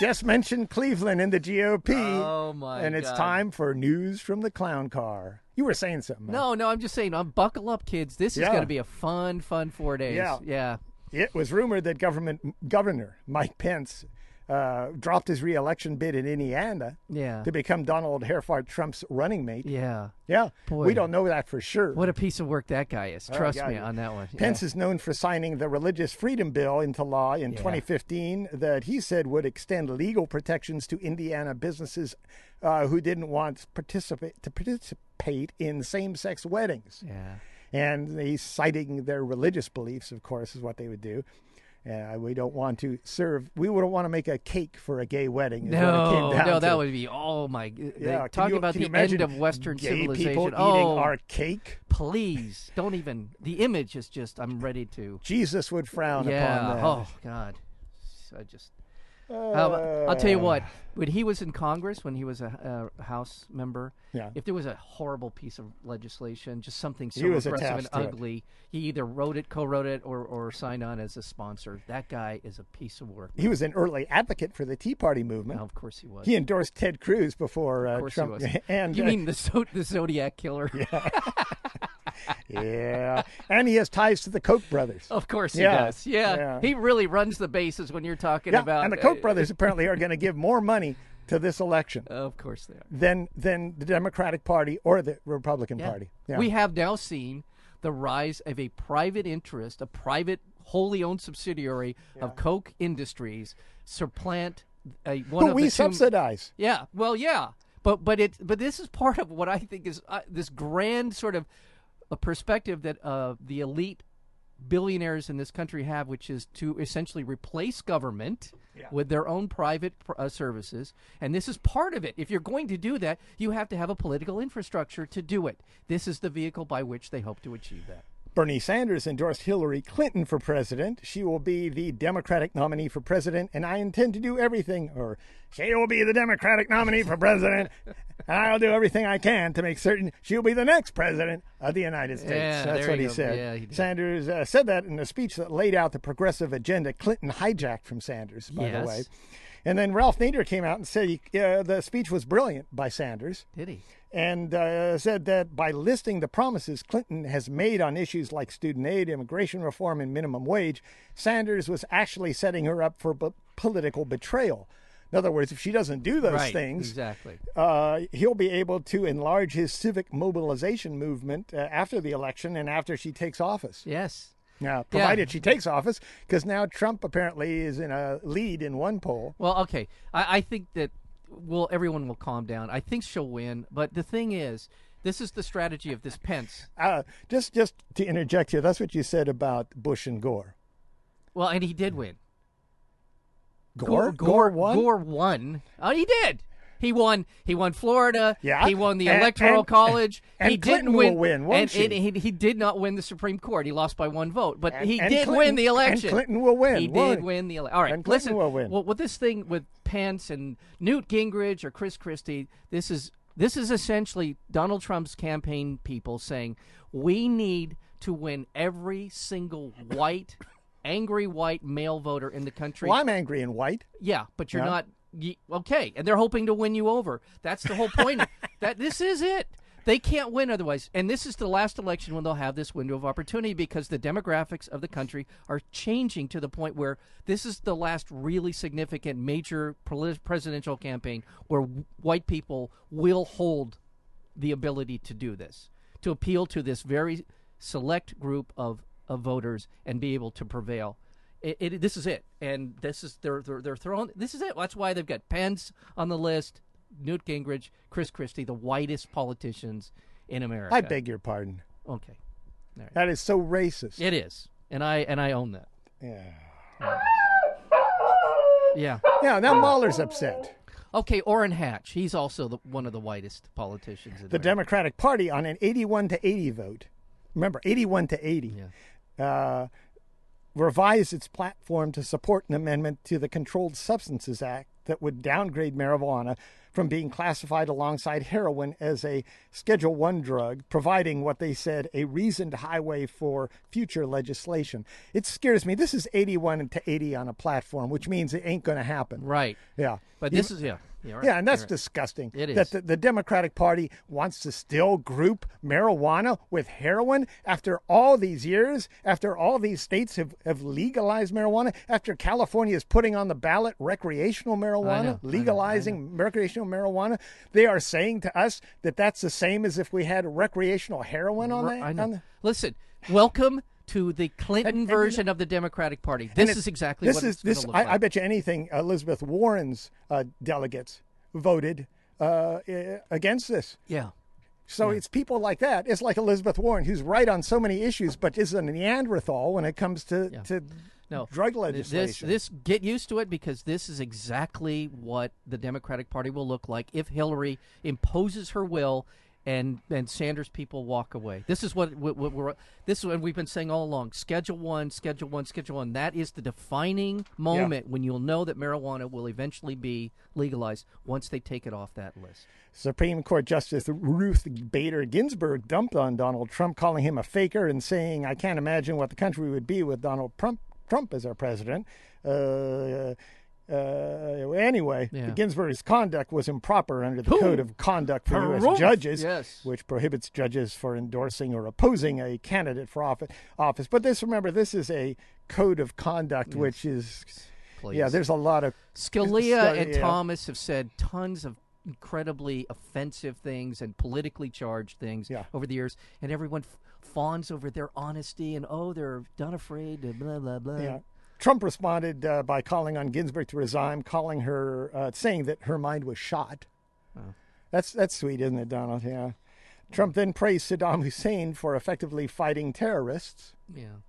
Speaker 1: just mentioned Cleveland in the GOP.
Speaker 2: Oh, my
Speaker 1: And it's
Speaker 2: God.
Speaker 1: time for news from the clown car. You were saying something. Mike.
Speaker 2: No, no, I'm just saying, um, buckle up, kids. This is
Speaker 1: Yeah.
Speaker 2: going to be a fun, fun four days.
Speaker 1: Yeah.
Speaker 2: yeah.
Speaker 1: It was rumored that government governor Mike Pence uh, dropped his reelection bid in Indiana
Speaker 2: Yeah.
Speaker 1: to become Donald Herford Trump's running mate.
Speaker 2: Yeah.
Speaker 1: Yeah,
Speaker 2: Boy.
Speaker 1: we don't know that for sure.
Speaker 2: What a piece of work that guy is. Trust
Speaker 1: Oh, yeah,
Speaker 2: me
Speaker 1: yeah.
Speaker 2: on that one. Yeah.
Speaker 1: Pence is known for signing the Religious Freedom Bill into law in 2015 that he said would extend legal protections to Indiana businesses uh, who didn't want participate to participate in same-sex weddings.
Speaker 2: Yeah.
Speaker 1: And he's citing their religious beliefs, of course, is what they would do. Uh, we don't want to serve. We wouldn't want to make a cake for a gay wedding. is what it
Speaker 2: No,
Speaker 1: came down
Speaker 2: no, that
Speaker 1: to.
Speaker 2: would be oh my. They,
Speaker 1: Yeah, can
Speaker 2: talk
Speaker 1: you-
Speaker 2: about
Speaker 1: can you
Speaker 2: the end
Speaker 1: imagine
Speaker 2: of Western
Speaker 1: gay
Speaker 2: civilization.
Speaker 1: People eating
Speaker 2: oh,
Speaker 1: our cake.
Speaker 2: please don't even. The image is just. I'm ready to.
Speaker 1: Jesus would frown
Speaker 2: Yeah.
Speaker 1: upon that.
Speaker 2: Oh God. So I just. Um, I'll tell you
Speaker 1: Uh.
Speaker 2: what. When he was in Congress, when he was a, a House member,
Speaker 1: Yeah.
Speaker 2: if there was a horrible piece of legislation, just something so
Speaker 1: He was
Speaker 2: aggressive and
Speaker 1: attached to it.
Speaker 2: ugly, he either wrote it, co-wrote it, or, or signed on as a sponsor. That guy is a piece of work.
Speaker 1: He was an early advocate for the Tea Party movement.
Speaker 2: Now, of course, he was.
Speaker 1: He endorsed Ted Cruz before uh,
Speaker 2: Oh. of course,
Speaker 1: Trump.
Speaker 2: he was.
Speaker 1: And
Speaker 2: you
Speaker 1: uh,
Speaker 2: mean the, Zo- the Zodiac killer?
Speaker 1: yeah, and he has ties to the Koch brothers.
Speaker 2: Of course he
Speaker 1: Yeah,
Speaker 2: does. Yeah.
Speaker 1: yeah.
Speaker 2: He really runs the bases when you're talking
Speaker 1: yeah,
Speaker 2: about.
Speaker 1: and the Koch
Speaker 2: uh,
Speaker 1: brothers apparently are going to give more money to this election
Speaker 2: Of course they are.
Speaker 1: than than the Democratic Party or the Republican
Speaker 2: Yeah.
Speaker 1: Party. Yeah.
Speaker 2: We have now seen the rise of a private interest, a private wholly owned subsidiary of Koch Industries supplant a, one
Speaker 1: but
Speaker 2: of
Speaker 1: we
Speaker 2: the two-
Speaker 1: subsidize.
Speaker 2: Yeah. Well, yeah. But but it but this is part of what I think is uh, this grand sort of a perspective that uh, the elite billionaires in this country have, which is to essentially replace government with their own private pr- uh, services. And this is part of it. If you're going to do that, you have to have a political infrastructure to do it. This is the vehicle by which they hope to achieve that.
Speaker 1: Bernie Sanders endorsed Hillary Clinton for president. She will be the Democratic nominee for president, and I intend to do everything, or she will be the Democratic nominee for president, and I'll do everything I can to make certain she'll be the next president of the United States.
Speaker 2: Yeah,
Speaker 1: That's
Speaker 2: there
Speaker 1: what
Speaker 2: you
Speaker 1: he
Speaker 2: go.
Speaker 1: said.
Speaker 2: Yeah, he did.
Speaker 1: Sanders uh, said that in a speech that laid out the progressive agenda Clinton hijacked from Sanders, by the
Speaker 2: Yes.
Speaker 1: way. And then Ralph Nader came out and said he- uh, the speech was brilliant by Sanders
Speaker 2: Did he?
Speaker 1: and uh, said that by listing the promises Clinton has made on issues like student aid, immigration reform, and minimum wage, Sanders was actually setting her up for b- political betrayal. In other words, if she doesn't do those
Speaker 2: right.
Speaker 1: things,
Speaker 2: Exactly.
Speaker 1: uh, he'll be able to enlarge his civic mobilization movement uh, after the election and after she takes office.
Speaker 2: Yes.
Speaker 1: Now, provided she takes office, because now Trump apparently is in a lead in one poll.
Speaker 2: Well, okay. I, I think that well, everyone will calm down. I think she'll win. But the thing is, this is the strategy of this Pence.
Speaker 1: Uh, just, just to interject here, that's what you said about Bush and Gore.
Speaker 2: Well, and he did win.
Speaker 1: Gore,
Speaker 2: Gore,
Speaker 1: won.
Speaker 2: Gore won. Oh, he did. He won. He won Florida.
Speaker 1: Yeah.
Speaker 2: He won the
Speaker 1: And-
Speaker 2: electoral
Speaker 1: and-
Speaker 2: college.
Speaker 1: and
Speaker 2: he
Speaker 1: Clinton
Speaker 2: didn't win.
Speaker 1: will win, won't
Speaker 2: and,
Speaker 1: she?
Speaker 2: and he, he did not win the Supreme Court. He lost by one vote, but
Speaker 1: And-
Speaker 2: he
Speaker 1: and
Speaker 2: did
Speaker 1: Clinton-
Speaker 2: win the
Speaker 1: and
Speaker 2: election.
Speaker 1: Clinton will win,
Speaker 2: He
Speaker 1: won't
Speaker 2: did
Speaker 1: he?
Speaker 2: win the election. All right.
Speaker 1: And Clinton
Speaker 2: listen.
Speaker 1: will win.
Speaker 2: Well, with this thing with Pence and Newt Gingrich or Chris Christie, this is this is essentially Donald Trump's campaign people saying we need to win every single white, angry white male voter in the country.
Speaker 1: Well, I'm angry and white.
Speaker 2: Yeah, but you're
Speaker 1: Yeah.
Speaker 2: not ye- okay, and they're hoping to win you over. That's the whole point. that this is it. They can't win otherwise, and this is the last election when they'll have this window of opportunity because the demographics of the country are changing to the point where this is the last really significant major preli- presidential campaign where w- white people will hold the ability to do this, to appeal to this very select group of, of voters and be able to prevail. It, it, this is it, and this is they're, they're they're throwing. This is it. That's why they've got Pence on the list, Newt Gingrich, Chris Christie, the whitest politicians in America.
Speaker 1: I beg your pardon.
Speaker 2: Okay,
Speaker 1: That is so racist.
Speaker 2: it is, and I and I own that.
Speaker 1: Yeah.
Speaker 2: Yeah.
Speaker 1: Yeah, now Mahler's upset.
Speaker 2: Okay, Orrin Hatch. He's also the, one of the whitest politicians in
Speaker 1: The Democratic Party on an 81 to 80 vote. Remember, 81 to 80. Uh, revised its platform to support an amendment to the Controlled Substances Act that would downgrade marijuana from being classified alongside heroin as a Schedule 1 drug, providing what they said a reasoned highway for future legislation. It scares me. This is 81 to 80 on a platform, which means it ain't going to happen.
Speaker 2: Right.
Speaker 1: Yeah.
Speaker 2: But
Speaker 1: You-
Speaker 2: this is yeah. Yeah, right,
Speaker 1: yeah, and that's
Speaker 2: you're right.
Speaker 1: disgusting.
Speaker 2: It
Speaker 1: That
Speaker 2: is.
Speaker 1: the, the Democratic Party wants to still group marijuana with heroin after all these years, after all these states have, have legalized marijuana, after California is putting on the ballot recreational marijuana,
Speaker 2: know, I know, I
Speaker 1: legalizing recreational marijuana. They are saying to us that that's the same as if we had recreational heroin on
Speaker 2: Right,
Speaker 1: that.
Speaker 2: I know.
Speaker 1: on the-
Speaker 2: Listen, welcome to the Clinton
Speaker 1: and you
Speaker 2: version of the Democratic Party.
Speaker 1: and
Speaker 2: This
Speaker 1: it-
Speaker 2: is exactly
Speaker 1: this
Speaker 2: what
Speaker 1: is
Speaker 2: it's going
Speaker 1: this.
Speaker 2: to look
Speaker 1: I,
Speaker 2: like.
Speaker 1: I bet you anything, Elizabeth Warren's uh, delegates voted uh, eh, against this.
Speaker 2: yeah.
Speaker 1: So it's people like that. It's like Elizabeth Warren, who's right on so many issues, but is a Neanderthal when it comes to, to
Speaker 2: No.
Speaker 1: drug
Speaker 2: Th- This
Speaker 1: legislation.
Speaker 2: this get used to it because this is exactly what the Democratic Party will look like if Hillary imposes her will and and Sanders people walk away. This is what, what, what we're this is what we've been saying all along. Schedule 1, schedule 1, schedule 1. That is the defining moment when you'll know that marijuana will eventually be legalized once they take it off that list.
Speaker 1: Supreme Court Justice Ruth Bader Ginsburg dumped on Donald Trump, calling him a faker and saying, I can't imagine what the country would be with Donald Trump, Trump as our president. Uh, uh, anyway,
Speaker 2: Yeah.
Speaker 1: Ginsburg's conduct was improper under the Code of Conduct for U.S.
Speaker 2: Harumph.
Speaker 1: judges,
Speaker 2: Yes.
Speaker 1: which prohibits judges for endorsing or opposing a candidate for office. office. But this, remember, this is a code of conduct, which is,
Speaker 2: Please.
Speaker 1: yeah, there's a lot of
Speaker 2: Scalia
Speaker 1: Scalia,
Speaker 2: and
Speaker 1: yeah.
Speaker 2: Thomas have said tons of incredibly offensive things and politically charged things
Speaker 1: Yeah.
Speaker 2: over the years, and everyone f- fawns over their honesty and oh, they're not afraid. To blah blah blah.
Speaker 1: Yeah. Trump responded uh, by calling on Ginsburg to resign, calling her, uh, saying that her mind was shot. That's that's sweet, isn't it, Donald? Yeah. Trump then praised Saddam Hussein for effectively fighting terrorists.
Speaker 2: Yeah.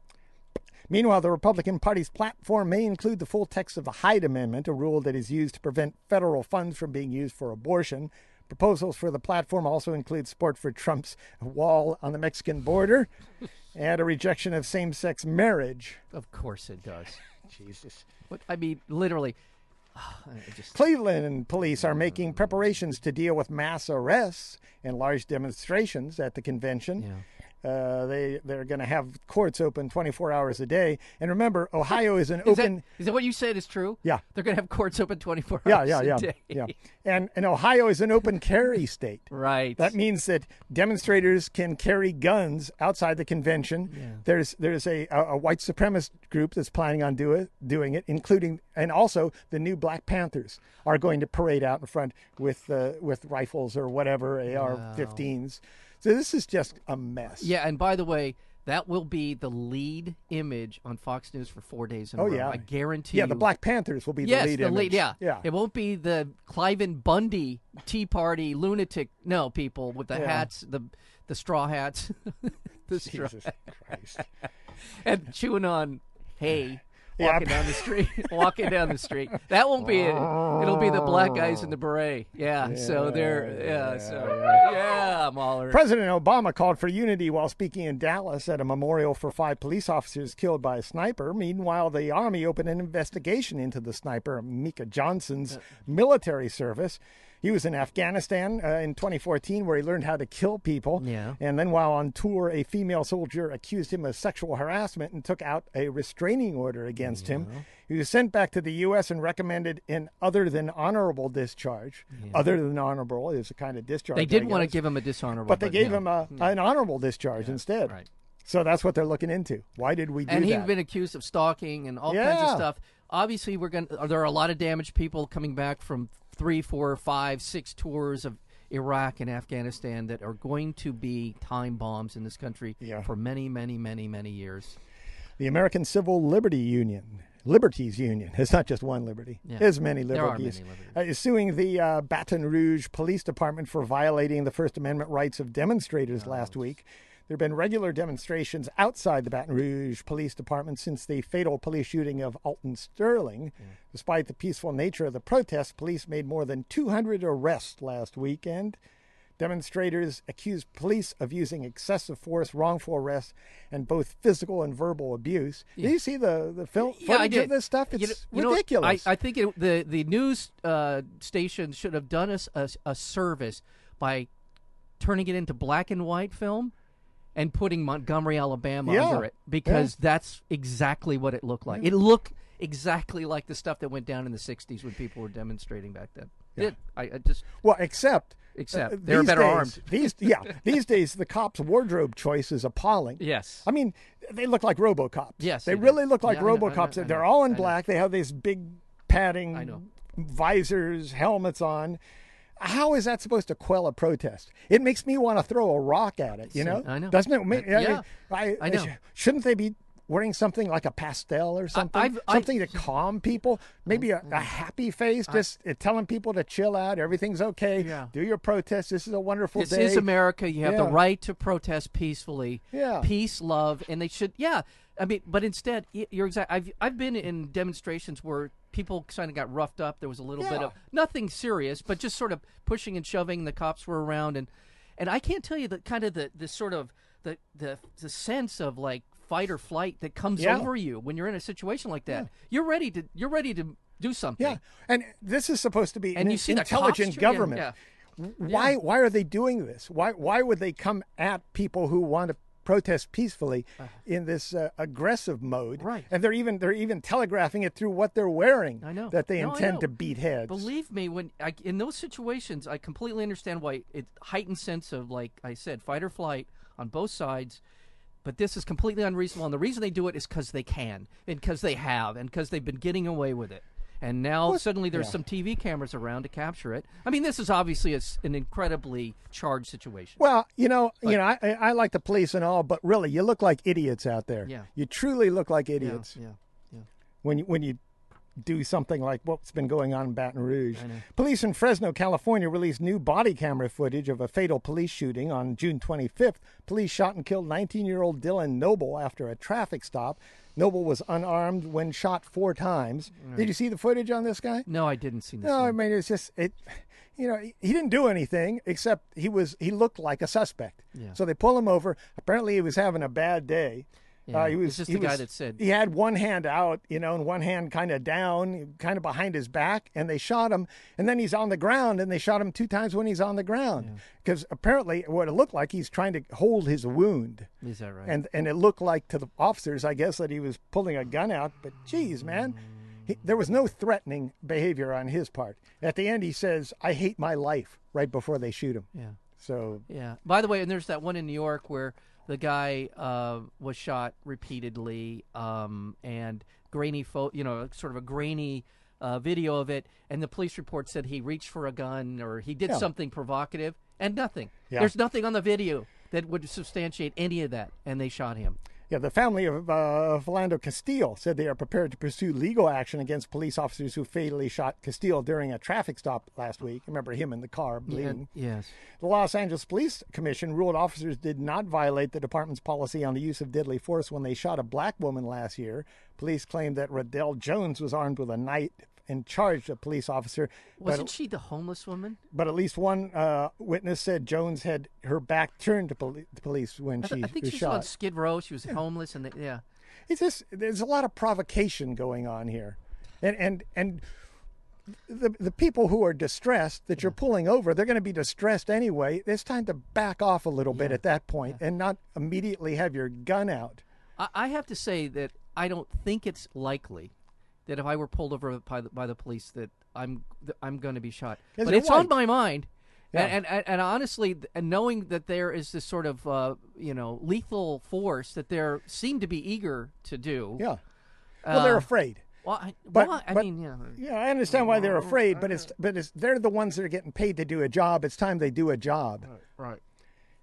Speaker 1: Meanwhile, the Republican Party's platform may include the full text of the Hyde Amendment, a rule that is used to prevent federal funds from being used for abortion. Proposals for the platform also include support for Trump's wall on the Mexican border and a rejection of same sex marriage.
Speaker 2: Of course it does.
Speaker 1: Jesus.
Speaker 2: But I mean, literally, I just
Speaker 1: Cleveland police
Speaker 2: Mm.
Speaker 1: are making preparations to deal with mass arrests and large demonstrations at the convention. Uh, they they're going to have courts open 24 hours a day. And remember, Ohio is an
Speaker 2: is
Speaker 1: open.
Speaker 2: that, is that what you said is true?
Speaker 1: Yeah.
Speaker 2: They're gonna have courts open twenty four
Speaker 1: yeah,
Speaker 2: hours
Speaker 1: yeah,
Speaker 2: a
Speaker 1: yeah,
Speaker 2: day.
Speaker 1: yeah. And and Ohio is an open carry state.
Speaker 2: Right.
Speaker 1: That means that demonstrators can carry guns outside the convention. There's there's a, a, a white supremacist group that's planning on do it, doing it, including and also the new Black Panthers are going to parade out in front with uh, with rifles or whatever AR-15s. So this is just a mess.
Speaker 2: Yeah, and by the way, that will be the lead image on Fox News for four days in a
Speaker 1: Oh,
Speaker 2: row.
Speaker 1: yeah.
Speaker 2: I guarantee
Speaker 1: Yeah,
Speaker 2: you.
Speaker 1: the Black Panthers will be
Speaker 2: Yes,
Speaker 1: the lead.
Speaker 2: the
Speaker 1: image.
Speaker 2: lead. Yeah,
Speaker 1: yeah.
Speaker 2: It won't be the Cliven Bundy Tea Party lunatic. No, people with the hats, the the straw hats, the straw,
Speaker 1: Jesus Christ.
Speaker 2: and chewing on hay.
Speaker 1: Yeah.
Speaker 2: Walking down the street, walking down the street. That won't be it. It'll be the black guys in the beret. Yeah. so they're. Yeah. so yeah, I'm all right.
Speaker 1: President Obama called for unity while speaking in Dallas at a memorial for five police officers killed by a sniper. Meanwhile, the Army opened an investigation into the sniper, Mika Johnson's military service. He was in Afghanistan uh, in 2014 where he learned how to kill people.
Speaker 2: Yeah.
Speaker 1: And then while on tour, a female soldier accused him of sexual harassment and took out a restraining order against him. He was sent back to the U.S. and recommended an other than honorable discharge. Other than honorable is a kind of discharge.
Speaker 2: They did
Speaker 1: I
Speaker 2: want to
Speaker 1: guess
Speaker 2: give him a dishonorable.
Speaker 1: but they gave
Speaker 2: no. Hmm.
Speaker 1: him a, an honorable discharge instead.
Speaker 2: right.
Speaker 1: So that's what they're looking into. Why did we do
Speaker 2: and he'd
Speaker 1: that?
Speaker 2: been accused of stalking and all kinds
Speaker 1: Yeah.
Speaker 2: of stuff. Obviously, we're going. to There are a lot of damaged people coming back from three, four, five, six tours of Iraq and Afghanistan that are going to be time bombs in this country
Speaker 1: Yeah.
Speaker 2: for many, many, many, many years.
Speaker 1: the American Civil Liberty Union, Liberties Union. It's not just one liberty. There's many
Speaker 2: There are
Speaker 1: liberties.
Speaker 2: many liberties.
Speaker 1: Uh, is suing the uh, Baton Rouge Police Department for violating the First Amendment rights of demonstrators last week. There have been regular demonstrations outside the Baton Rouge Police Department since the fatal police shooting of Alton Sterling.
Speaker 2: Hmm.
Speaker 1: Despite the peaceful nature of the protests, police made more than 200 arrests last weekend. Demonstrators accused police of using excessive force, wrongful arrest, and both physical and verbal abuse. Do you see the the film
Speaker 2: Yeah, I
Speaker 1: footage of
Speaker 2: did.
Speaker 1: this stuff?
Speaker 2: You
Speaker 1: It's
Speaker 2: know- you know,
Speaker 1: ridiculous.
Speaker 2: I, I think it, the the news uh, station should have done us a, a service by turning it into black and white film and putting Montgomery, Alabama,
Speaker 1: Yeah.
Speaker 2: under it because that's exactly what it looked like. It looked exactly like the stuff that went down in the '60s when people were demonstrating back then. It, I, I just
Speaker 1: well, except
Speaker 2: Except
Speaker 1: uh,
Speaker 2: they're
Speaker 1: these
Speaker 2: better
Speaker 1: days-
Speaker 2: armed.
Speaker 1: These yeah, these days the cops' wardrobe choice is appalling.
Speaker 2: yes,
Speaker 1: I mean, they look like RoboCops.
Speaker 2: Yes,
Speaker 1: they
Speaker 2: they do.
Speaker 1: really look like
Speaker 2: Yeah, I know, I know,
Speaker 1: RoboCops.
Speaker 2: I know,
Speaker 1: They're all in
Speaker 2: I know.
Speaker 1: black. They have these big padding
Speaker 2: I know.
Speaker 1: visors, helmets on. How is that supposed to quell a protest? It makes me want to throw a rock at it. You know,
Speaker 2: Uh, I know.
Speaker 1: Doesn't it? Make, I,
Speaker 2: Yeah.
Speaker 1: I,
Speaker 2: I know.
Speaker 1: Shouldn't they be wearing something like a pastel or something?
Speaker 2: I've- I- Mm-hmm.
Speaker 1: something to calm people. Maybe a, a happy face, just uh, telling people to chill out. Everything's okay.
Speaker 2: Yeah.
Speaker 1: Do your protest. This is a wonderful
Speaker 2: This
Speaker 1: day.
Speaker 2: is America. You have the
Speaker 1: Yeah.
Speaker 2: right to protest peacefully.
Speaker 1: Yeah.
Speaker 2: Peace, love, and they should. Yeah. I mean, but instead, y- you're exact. I've I've been in demonstrations where people kind of got roughed up. There was a little bit
Speaker 1: Yeah.
Speaker 2: of nothing serious, but just sort of pushing and shoving. The cops were around, and and I can't tell you the kind of the the sort of the the the sense of like fight or flight that comes
Speaker 1: Yeah.
Speaker 2: over you when you're in a situation like that. You're ready to you're ready to do something.
Speaker 1: Yeah, and this is supposed to be
Speaker 2: And
Speaker 1: an
Speaker 2: you see the cops
Speaker 1: intelligent
Speaker 2: too, yeah,
Speaker 1: government.
Speaker 2: yeah.
Speaker 1: Why why are they doing this? Why why would they come at people who want to protest peacefully in this uh, aggressive mode?
Speaker 2: Uh-huh. Right.
Speaker 1: And they're even they're even telegraphing it through what they're wearing.
Speaker 2: I know.
Speaker 1: that they
Speaker 2: No, I
Speaker 1: intend
Speaker 2: know.
Speaker 1: to beat heads.
Speaker 2: Believe me, when I, in those situations, I completely understand why it heightened sense of like I said, fight or flight on both sides. But this is completely unreasonable, and the reason they do it is because they can, and because they have, and because they've been getting away with it. And now suddenly there's some TV cameras around to capture it. I mean, this is obviously a s an incredibly charged situation.
Speaker 1: Well, you know, you know, I, I I like the police and all, but really, you look like idiots out there.
Speaker 2: Yeah.
Speaker 1: You truly look like idiots
Speaker 2: Yeah, yeah.
Speaker 1: when you, when you do something like what's been going on in Baton Rouge. Police in Fresno, California released new body camera footage of a fatal police shooting on June 25th. Police shot and killed 19 year old Dylan Noble after a traffic stop. Noble was unarmed when shot four times. Did you see the footage on this guy?
Speaker 2: No, I didn't see this.
Speaker 1: No,
Speaker 2: one.
Speaker 1: I mean it's just it. You know, he, he didn't do anything except he was he looked like a suspect.
Speaker 2: Yeah.
Speaker 1: So they pull him over. Apparently, he was having a bad day.
Speaker 2: Yeah,
Speaker 1: Uh, he
Speaker 2: it's
Speaker 1: was
Speaker 2: just
Speaker 1: he
Speaker 2: the guy
Speaker 1: was-
Speaker 2: that said-
Speaker 1: he had one hand out, you know, and one hand kind of down, kind of behind his back, and they shot him. And then he's on the ground, and they shot him two times when he's on the ground because apparently, what it looked like he's trying to hold his wound.
Speaker 2: Is that right?
Speaker 1: And and it looked like to the officers, I guess, that he was pulling a gun out. But geez, man, he, there was no threatening behavior on his part. At the end, he says, "I hate my life." Right before they shoot him.
Speaker 2: yeah.
Speaker 1: So
Speaker 2: Yeah. By the way, and there's that one in New York where the guy uh, was shot repeatedly, um, and grainy, fo- you know, sort of a grainy uh, video of it, and the police report said he reached for a gun or he did
Speaker 1: Yeah.
Speaker 2: something provocative, and nothing.
Speaker 1: Yeah.
Speaker 2: There's nothing on the video that would substantiate any of that, and they shot him.
Speaker 1: Yeah, the family of uh, Philando Castile said they are prepared to pursue legal action against police officers who fatally shot Castile during a traffic stop last week. Remember him in the car bleeding.
Speaker 2: Yes.
Speaker 1: The Los Angeles Police Commission ruled officers did not violate the department's policy on the use of deadly force when they shot a black woman last year. Police claimed that Riddell Jones was armed with a knife and charged a police officer.
Speaker 2: Wasn't
Speaker 1: but,
Speaker 2: she the homeless woman?
Speaker 1: but at least one uh, witness said Jones had her back turned to poli- the police when
Speaker 2: I, th-
Speaker 1: she
Speaker 2: I think
Speaker 1: was
Speaker 2: she was
Speaker 1: shot.
Speaker 2: on Skid Row. She was homeless, and they, yeah.
Speaker 1: it's just there's a lot of provocation going on here and and and the the people who are distressed that you're pulling over they're going to be distressed anyway it's time to back off a little bit at that point and not immediately have your gun out
Speaker 2: I, I have to say that I don't think it's likely that if I were pulled over by the, by the police that I'm that I'm going to be shot.
Speaker 1: Yes,
Speaker 2: But
Speaker 1: you're
Speaker 2: it's on
Speaker 1: white.
Speaker 2: my mind,
Speaker 1: Yeah.
Speaker 2: and, and and honestly, th- and knowing that there is this sort of uh, you know lethal force that they seem to be eager to do.
Speaker 1: yeah well they're
Speaker 2: Uh,
Speaker 1: afraid
Speaker 2: Well, I,
Speaker 1: But-
Speaker 2: why- I
Speaker 1: but-
Speaker 2: mean, yeah.
Speaker 1: yeah i understand why they're afraid but it's but it's they're the ones that are getting paid to do a job it's time they do a job
Speaker 2: Right.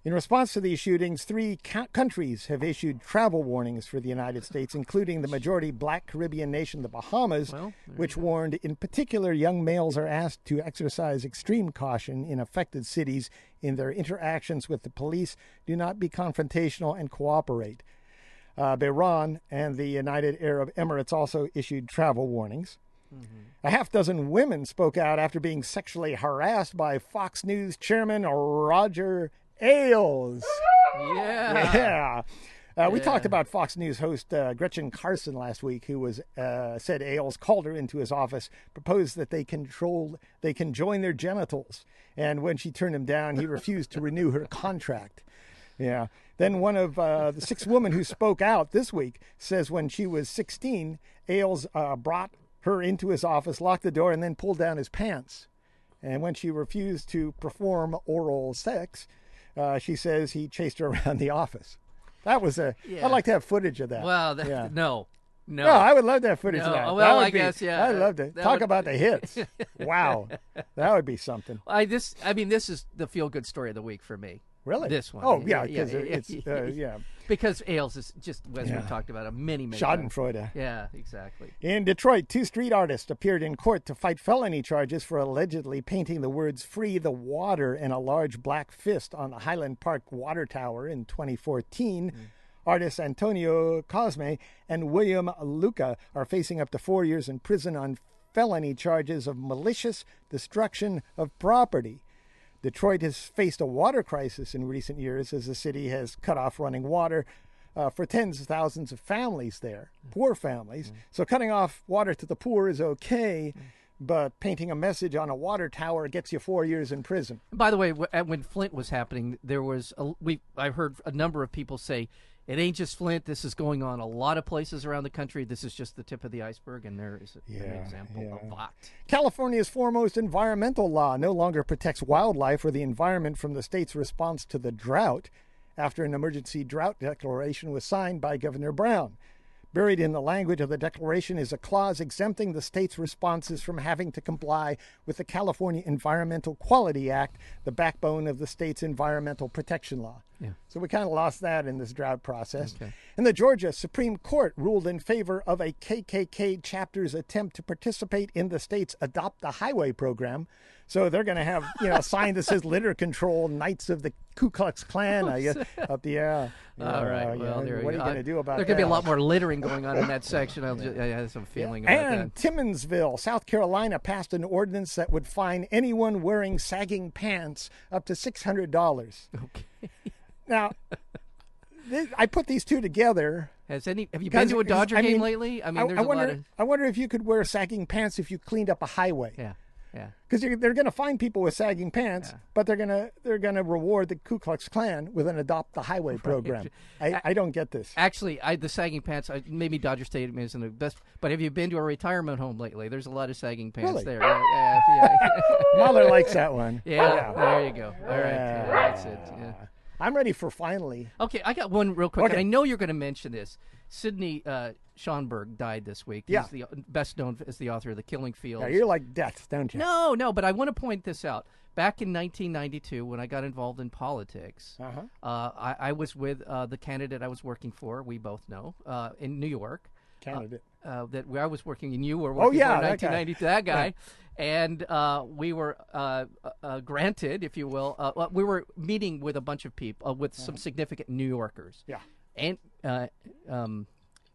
Speaker 1: In response to these shootings, three co- countries have issued travel warnings for the United States, including the majority black Caribbean nation, the Bahamas,
Speaker 2: Well, there
Speaker 1: which warned in particular young males are asked to exercise extreme caution in affected cities in their interactions with the police, do not be confrontational, and cooperate. Uh, Bahrain and the United Arab Emirates also issued travel warnings. A half dozen women spoke out after being sexually harassed by Fox News chairman Roger Ailes.
Speaker 2: Yeah.
Speaker 1: Yeah. Uh, we talked about Fox News host uh, Gretchen Carson last week, who was uh, said Ailes called her into his office, proposed that they control they conjoin their genitals, and when she turned him down, he refused to renew her contract. Yeah. Then one of uh, the six women who spoke out this week says when she was 16, Ailes uh, brought her into his office, locked the door, and then pulled down his pants. And when she refused to perform oral sex, uh, she says he chased her around the office. That was a.
Speaker 2: Yeah.
Speaker 1: would like to have footage of that.
Speaker 2: Wow. That,
Speaker 1: Yeah.
Speaker 2: No. No.
Speaker 1: No, I would love to have footage
Speaker 2: No,
Speaker 1: of that.
Speaker 2: well,
Speaker 1: That would
Speaker 2: I
Speaker 1: be-
Speaker 2: guess, yeah,
Speaker 1: I'd love to
Speaker 2: that
Speaker 1: talk
Speaker 2: would-
Speaker 1: about the hits. wow, that would be something.
Speaker 2: I this. I mean, this is the feel good story of the week for me.
Speaker 1: Really?
Speaker 2: This one.
Speaker 1: Oh yeah, because it's uh, yeah,
Speaker 2: Because Ailes is just as we talked about it many many. times.
Speaker 1: Schadenfreude.
Speaker 2: Yeah. Exactly.
Speaker 1: In Detroit, two street artists appeared in court to fight felony charges for allegedly painting the words Free the Water in a large black fist on the Highland Park Water Tower in 2014. Artists Antonio Cosme and William Luca are facing up to four years in prison on felony charges of malicious destruction of property. Detroit has faced a water crisis in recent years as the city has cut off running water uh, for tens of thousands of families there, poor families. So cutting off water to the poor is okay, but painting a message on a water tower gets you four years in prison.
Speaker 2: By the way, w- at- when Flint was happening, there was a, we I heard a number of people say it ain't just Flint. This is going on a lot of places around the country. This is just the tip of the iceberg, and there is a- an
Speaker 1: Yeah,
Speaker 2: example
Speaker 1: yeah.
Speaker 2: of that.
Speaker 1: California's foremost environmental law no longer protects wildlife or the environment from the state's response to the drought after an emergency drought declaration was signed by Governor Brown. Buried in the language of the declaration is a clause exempting the state's responses from having to comply with the California Environmental Quality Act, the backbone of the state's environmental protection law. So we kind of lost that in this drought process. And the Georgia Supreme Court ruled in favor of a KKK chapter's attempt to participate in the state's Adopt a Highway program. So they're going to have, you know, a sign that says litter control, Knights of the Ku Klux Klan. I guess, up the uh,
Speaker 2: All
Speaker 1: yeah,
Speaker 2: right.
Speaker 1: uh,
Speaker 2: well,
Speaker 1: yeah,
Speaker 2: there
Speaker 1: what are you going to
Speaker 2: to
Speaker 1: do about
Speaker 2: There's
Speaker 1: that?
Speaker 2: gonna be a lot more littering going on in that section. I'll just, I have some feeling about
Speaker 1: And Timminsville, South Carolina passed an ordinance that would fine anyone wearing sagging pants up to $600.
Speaker 2: that. Okay.
Speaker 1: Now, this, I put these two together.
Speaker 2: Has any? Have you been to a
Speaker 1: because,
Speaker 2: Dodger
Speaker 1: I
Speaker 2: game
Speaker 1: mean,
Speaker 2: lately? I mean, there's a
Speaker 1: wonder,
Speaker 2: lot of
Speaker 1: I wonder if you could wear sagging pants if you cleaned up a highway.
Speaker 2: yeah, yeah.
Speaker 1: Because they're going to find people with sagging pants, but they're going to they're going to reward the Ku Klux Klan with an Adopt the Highway program. I, I don't get this.
Speaker 2: Actually, I the sagging pants. I, maybe Dodger Stadium isn't the best, but have you been to a retirement home lately? There's a lot of sagging pants
Speaker 1: Really?
Speaker 2: there. Yeah, yeah, yeah, yeah.
Speaker 1: Mahler likes that one.
Speaker 2: Yeah, there you go. All right, yeah, that's it. Yeah.
Speaker 1: I'm ready for finally.
Speaker 2: Okay, I got one real quick, and
Speaker 1: Okay.
Speaker 2: I know you're going to mention this. Sidney uh, Schonberg died this week.
Speaker 1: Yeah.
Speaker 2: He's the best known as the author of The Killing Fields.
Speaker 1: Now, you're like death, don't you?
Speaker 2: No, no, but I want to point this out. Back in 1992, when I got involved in politics,
Speaker 1: Uh-huh.
Speaker 2: uh, I, I was with uh, the candidate I was working for. We both know uh, in New York.
Speaker 1: Counted it.
Speaker 2: Uh, that where I was working and you were working
Speaker 1: Oh, yeah,
Speaker 2: for in
Speaker 1: that guy.
Speaker 2: 1992, that guy, and uh, we were uh, uh, uh, granted, if you will, uh, well, we were meeting with a bunch of people, uh, with
Speaker 1: Uh-huh.
Speaker 2: some significant New Yorkers.
Speaker 1: Yeah.
Speaker 2: and uh, um,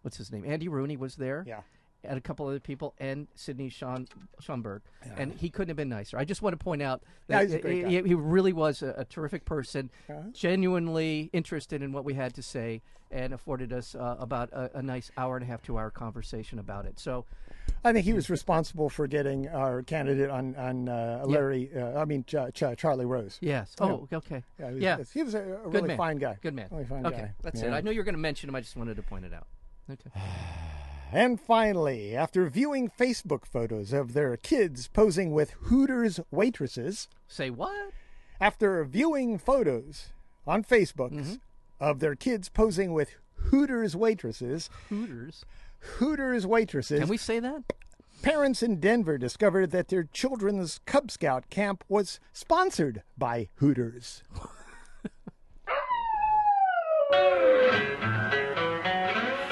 Speaker 2: what's his name? Andy Rooney was there
Speaker 1: Yeah.
Speaker 2: and a couple other people, and Sidney Sean Schomburg, and he couldn't have been nicer. I just want to point out
Speaker 1: Yeah,
Speaker 2: that
Speaker 1: he's a great Uh-huh.
Speaker 2: he, he really was a, a terrific person, genuinely interested in what we had to say, and afforded us uh, about a, a nice hour and a half, two hour conversation about it. So,
Speaker 1: I think he was responsible for getting our candidate on on uh, Larry. Uh, I mean, Ch- Ch- Charlie Rose.
Speaker 2: yes. Oh, okay.
Speaker 1: Yeah,
Speaker 2: Yeah.
Speaker 1: he was, he was a, a really
Speaker 2: man.
Speaker 1: fine guy.
Speaker 2: Good man.
Speaker 1: Really fine
Speaker 2: okay,
Speaker 1: guy.
Speaker 2: that's
Speaker 1: Yeah.
Speaker 2: it. I know you're going to mention him. I just wanted to point it out. Okay.
Speaker 1: And finally, after viewing Facebook photos of their kids posing with Hooters waitresses,
Speaker 2: Say what?
Speaker 1: after viewing photos on Facebook
Speaker 2: Mm-hmm.
Speaker 1: of their kids posing with Hooters waitresses,
Speaker 2: Hooters.
Speaker 1: Hooters waitresses,
Speaker 2: Can we say that?
Speaker 1: parents in Denver discovered that their children's Cub Scout camp was sponsored by Hooters.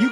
Speaker 3: You